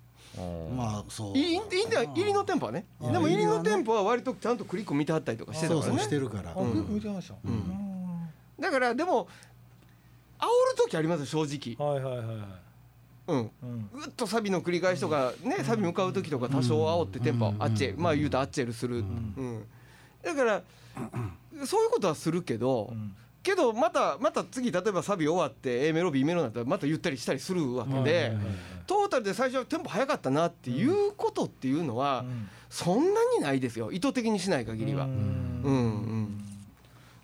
[SPEAKER 3] まあそう
[SPEAKER 1] いいいいんだよ入りの店舗はね
[SPEAKER 3] うん
[SPEAKER 1] でも
[SPEAKER 3] いや
[SPEAKER 1] 入りの
[SPEAKER 3] 入りはね
[SPEAKER 1] 店舗は割とちゃんとクリック見てはったりとかしてた
[SPEAKER 3] そう
[SPEAKER 1] から
[SPEAKER 3] そうし
[SPEAKER 1] ね
[SPEAKER 3] てるから、
[SPEAKER 2] あ、
[SPEAKER 1] うん
[SPEAKER 2] 見てました、うん
[SPEAKER 1] だからでも煽る時ありますよ正
[SPEAKER 2] はいはいはいはい
[SPEAKER 1] 直うん
[SPEAKER 2] うん
[SPEAKER 1] ぐっとサビの繰り返しとかねサビ向かう時とか多少煽ってテンポ
[SPEAKER 3] うん
[SPEAKER 1] あっちまあ言うとあっちェルするうんだからそういうことはするけど
[SPEAKER 2] うん
[SPEAKER 1] けどまたまた次例えばサビ終わって A メロ B メロになったらまた言ったりしたりするわけ
[SPEAKER 2] はいは
[SPEAKER 1] で
[SPEAKER 2] いはいはい
[SPEAKER 1] トータルで最初はテンポ早かったなっていうことっていうのは
[SPEAKER 2] うん
[SPEAKER 1] そんなにないですよ意図的にしない限りは
[SPEAKER 2] う。
[SPEAKER 1] うん
[SPEAKER 2] ん
[SPEAKER 1] うん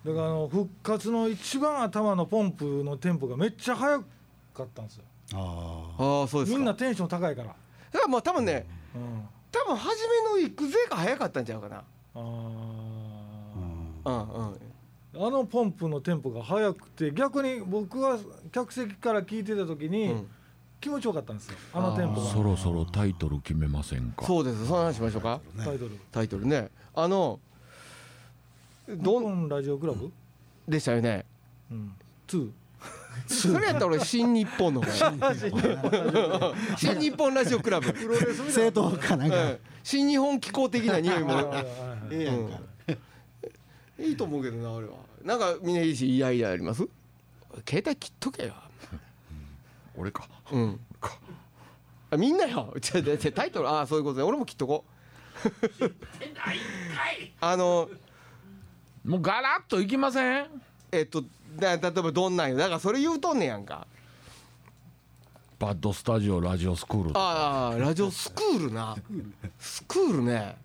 [SPEAKER 2] だからあの復活の一番頭のポンプのテンポがめっちゃ速かったんですよ
[SPEAKER 3] あ
[SPEAKER 1] ああそうです
[SPEAKER 2] み
[SPEAKER 1] か
[SPEAKER 2] んなテンション高いか
[SPEAKER 1] だ
[SPEAKER 2] ら、
[SPEAKER 1] からまあ多分ね
[SPEAKER 2] うん、
[SPEAKER 1] 多分初めの行くぜが早かったんちゃうかな
[SPEAKER 2] あー
[SPEAKER 3] あ、うん
[SPEAKER 1] うんうん
[SPEAKER 2] あのポンプのテンポが速くて逆に僕は客席から聞いてた時
[SPEAKER 1] う
[SPEAKER 2] に
[SPEAKER 1] ん
[SPEAKER 2] 気持ちよかったんですよあのテンポ
[SPEAKER 4] そ
[SPEAKER 2] が
[SPEAKER 4] ろそろタイトル決めませんか
[SPEAKER 1] そうですその話しましょうか
[SPEAKER 2] タイトル
[SPEAKER 1] タイトルねあの
[SPEAKER 2] 「
[SPEAKER 1] ど
[SPEAKER 2] ド
[SPEAKER 1] ん
[SPEAKER 2] ンラジオクラブ」
[SPEAKER 1] でしたよね
[SPEAKER 2] うん「2」
[SPEAKER 1] それやったら俺新日本の方がいい新日本ラジオクラブ
[SPEAKER 3] 正当かなんか、
[SPEAKER 1] うん新日本機構的な匂い
[SPEAKER 2] はい
[SPEAKER 1] も
[SPEAKER 2] [laughs] はいはいはい
[SPEAKER 3] ええやんか、
[SPEAKER 1] いいと思うけどな俺はなんかみんないいしいやいやあります携帯切っとけよ
[SPEAKER 4] 俺か
[SPEAKER 1] うん
[SPEAKER 4] か
[SPEAKER 1] あみんなよ [laughs] ちょちょちょタイトルああそういうことで俺も切っとこう
[SPEAKER 5] えないんかい
[SPEAKER 1] あの
[SPEAKER 4] もうガラッといきません
[SPEAKER 1] えっとだ例えばどんなんよだからそれ言うとんねやんか
[SPEAKER 4] バッドスタジオラジオスクールとか
[SPEAKER 1] ああラジオスクールなスクールね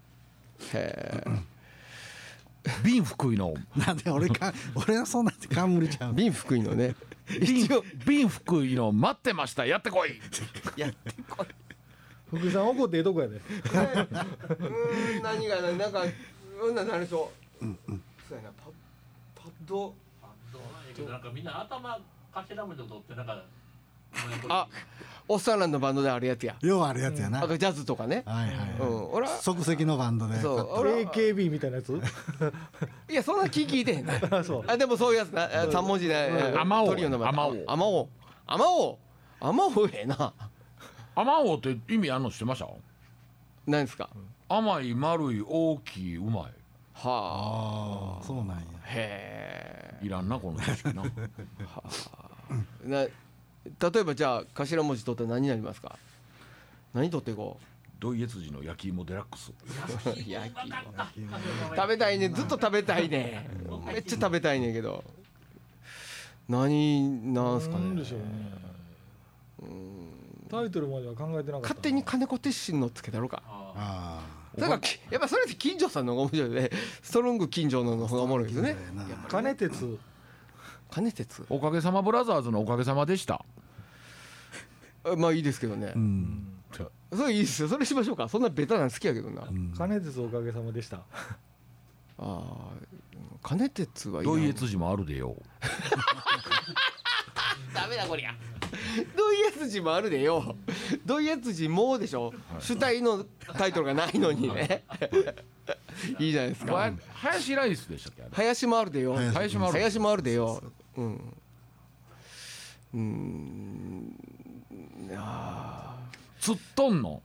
[SPEAKER 1] へえ
[SPEAKER 4] 瓶福井の
[SPEAKER 3] なんで俺か [laughs] 俺はそんなんて冠ち
[SPEAKER 1] [laughs]
[SPEAKER 3] ゃう
[SPEAKER 1] 瓶福井のね
[SPEAKER 4] 瓶
[SPEAKER 1] 一応
[SPEAKER 4] 瓶福井の待ってましたやってこい
[SPEAKER 2] 福井さん怒ってええとこやで
[SPEAKER 1] うん何がななんかうんな何でしょうそうやなパパッド
[SPEAKER 5] あどうなんやけどなんかみんな頭頭文字を取ってなんか
[SPEAKER 1] あおっさんらのバンドであるやつや
[SPEAKER 3] ようあるやつやな、
[SPEAKER 1] あとジャズとかね
[SPEAKER 3] はいはい、
[SPEAKER 1] う
[SPEAKER 3] は
[SPEAKER 1] ん俺
[SPEAKER 3] い
[SPEAKER 1] は
[SPEAKER 3] 即席のバンドで
[SPEAKER 1] そう俺は
[SPEAKER 2] AKB みたいなやつ
[SPEAKER 1] いやそんな気聞いてへんな
[SPEAKER 2] [laughs] あそう
[SPEAKER 1] あでもそういうやつなあ三文字でえー
[SPEAKER 4] あまおう
[SPEAKER 1] トリオのバンド
[SPEAKER 4] あまおう
[SPEAKER 1] あまおうあまおうあまおうええな [laughs]
[SPEAKER 4] 甘おうって意味あんの知ってました
[SPEAKER 1] 何ですか
[SPEAKER 4] 甘い丸い大きいうま
[SPEAKER 1] はあ
[SPEAKER 3] ああそうなんや
[SPEAKER 1] へえ
[SPEAKER 4] いいらんなこの知識な [laughs]
[SPEAKER 1] な例えばじゃあ頭文字取ったら何になりますか何取っていこう
[SPEAKER 4] ドイエツジの焼き芋デラックス
[SPEAKER 5] [laughs] 焼き
[SPEAKER 1] 焼き
[SPEAKER 5] 焼きうまかった
[SPEAKER 1] 食べたいねずっと食べたいね
[SPEAKER 2] [laughs]
[SPEAKER 1] めっちゃ食べたいねんけど何なんすか
[SPEAKER 2] なん
[SPEAKER 1] ね
[SPEAKER 2] でしょうねタイトルまでは考えてなかった
[SPEAKER 1] 勝手に金子鉄心のつけたろうか
[SPEAKER 5] あ
[SPEAKER 3] あ
[SPEAKER 1] だからきやっぱそれって金城さんの方が面白いねストロング金城の方がおもろいけどね
[SPEAKER 3] そうだよな
[SPEAKER 1] やっぱ
[SPEAKER 2] 金鉄
[SPEAKER 1] 金鉄
[SPEAKER 4] おかげさまブラザーズのおかげさまでした
[SPEAKER 1] あまあいいですけどね
[SPEAKER 3] あうん
[SPEAKER 1] それいいですよそれしましょうかそんなベタなん好きやけどな
[SPEAKER 3] うん
[SPEAKER 2] 金鉄おかげさまでした
[SPEAKER 1] あー金鉄はいいな
[SPEAKER 4] ドイエツジもあるでよ
[SPEAKER 1] ダメだこりゃドイエツジもあるでよドイエツジもうでしょ、主体のタイトルがないのにね [laughs] いいじゃないですか
[SPEAKER 4] わ林ライスでしたっけあれ
[SPEAKER 1] 林もあるでよ
[SPEAKER 3] 林
[SPEAKER 4] 林もある
[SPEAKER 1] 林もあるでようんうんあ
[SPEAKER 4] つっとんの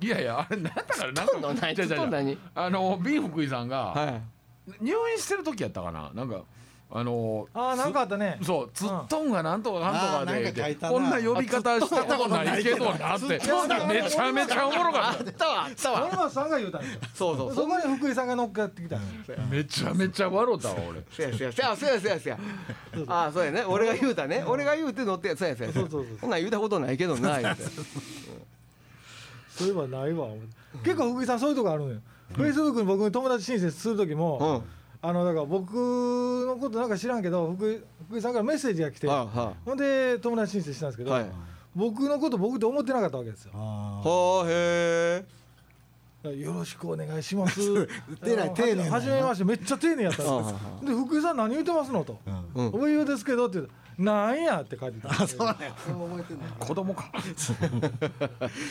[SPEAKER 4] いやいやあれなんだからなん
[SPEAKER 1] とんの
[SPEAKER 4] か
[SPEAKER 1] 何
[SPEAKER 4] 違う違う
[SPEAKER 1] つっとん何
[SPEAKER 4] あのビーフクイさん
[SPEAKER 1] ー
[SPEAKER 4] が
[SPEAKER 1] はい
[SPEAKER 4] 入院してる時やったかななんかあの
[SPEAKER 2] ああなんかあったね
[SPEAKER 4] そう、つっとんがなんとかなんとかで、
[SPEAKER 3] あーなんか書いたな
[SPEAKER 4] こんな呼び方したことないけどなって、めち
[SPEAKER 2] とんがないけどな
[SPEAKER 4] ゃめちゃおもろかっ
[SPEAKER 1] あったわあったわ
[SPEAKER 2] 森松さんが言うたんですよ
[SPEAKER 1] そうそう
[SPEAKER 2] そ
[SPEAKER 1] そう
[SPEAKER 2] こに福井さんが乗っかってきたんよ
[SPEAKER 4] た。めちゃめちゃ笑うたわ、俺。
[SPEAKER 1] せやせやせやせやせやせやああそうやね俺が言うたね俺が言うて乗ってそうやそうや
[SPEAKER 2] そうそうそう
[SPEAKER 1] こんなん言うたことないけどな言うて
[SPEAKER 2] そういえばないわ思って結構福井さんそういうとこあるのよフェイスブックに僕に友達申請する時もあのだから僕のことなんか知らんけど福井福井さんからメッセージが来
[SPEAKER 1] う
[SPEAKER 2] [laughs] て
[SPEAKER 1] んは
[SPEAKER 2] ほんで友達申請したんですけ
[SPEAKER 1] い
[SPEAKER 2] ど、
[SPEAKER 1] はいはい
[SPEAKER 2] 僕のこと僕って思ってなかったわけですよ。
[SPEAKER 3] あー
[SPEAKER 1] はあへえ
[SPEAKER 2] よろしくお願い
[SPEAKER 1] [laughs]
[SPEAKER 2] します。え
[SPEAKER 3] えらい丁寧な
[SPEAKER 2] 初めましてめっちゃ丁寧やったんです。で福井さん何言ってますのと。
[SPEAKER 1] う
[SPEAKER 2] お言うですけどって言うとなんやって書いてた。あそうなんや。
[SPEAKER 4] 子供か。
[SPEAKER 2] え
[SPEAKER 3] もうそうや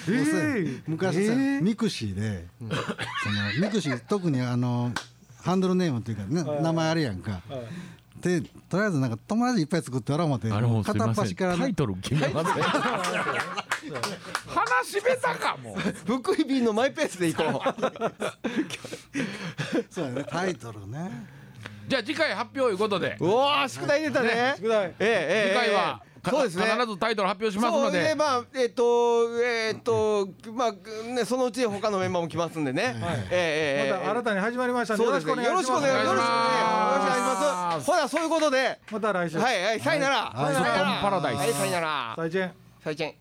[SPEAKER 2] ー、
[SPEAKER 3] 昔さ、
[SPEAKER 2] えー
[SPEAKER 3] ミクシーで、そのミクシー特にあのハンドルネームっていうか、ね
[SPEAKER 2] はい
[SPEAKER 3] 名前あるやんか。
[SPEAKER 2] はい
[SPEAKER 3] でとりあえずなんか友達いっぱい作ってやろう思って片っ端からね
[SPEAKER 4] トル決めますね。話しべたかもう。
[SPEAKER 1] 福井便のマイペースで行こう
[SPEAKER 3] そうやねタイトルね
[SPEAKER 4] じゃあ次回発表いうこと [laughs] で、
[SPEAKER 1] うわあ宿題出たね
[SPEAKER 2] 宿題
[SPEAKER 1] ええええ
[SPEAKER 4] 次回は
[SPEAKER 1] ええ
[SPEAKER 4] か
[SPEAKER 1] そうですね
[SPEAKER 4] 必ずタイトル発表しますの
[SPEAKER 1] そう
[SPEAKER 4] で、
[SPEAKER 1] まあえっ、とえっ、とまあねそのうち他のメンバーも来ますんでね。ええええ
[SPEAKER 2] また新たに始まりましたんで
[SPEAKER 1] そ
[SPEAKER 2] よ
[SPEAKER 1] う
[SPEAKER 2] ろ
[SPEAKER 1] で
[SPEAKER 2] し
[SPEAKER 1] す
[SPEAKER 2] くお
[SPEAKER 1] ね。
[SPEAKER 2] 願
[SPEAKER 1] よろ
[SPEAKER 2] い
[SPEAKER 1] し
[SPEAKER 2] し
[SPEAKER 1] くお
[SPEAKER 2] ま
[SPEAKER 1] 願い
[SPEAKER 2] す。
[SPEAKER 1] します。
[SPEAKER 4] お
[SPEAKER 1] よろしくお
[SPEAKER 4] 願
[SPEAKER 1] 願
[SPEAKER 4] いします
[SPEAKER 1] いします。ほらそういうことで、
[SPEAKER 2] また来週。
[SPEAKER 1] はいはいさよなら。
[SPEAKER 3] はい
[SPEAKER 1] さよなら
[SPEAKER 4] パラダイス
[SPEAKER 1] はいさよなら。
[SPEAKER 2] 再见。
[SPEAKER 1] 再见。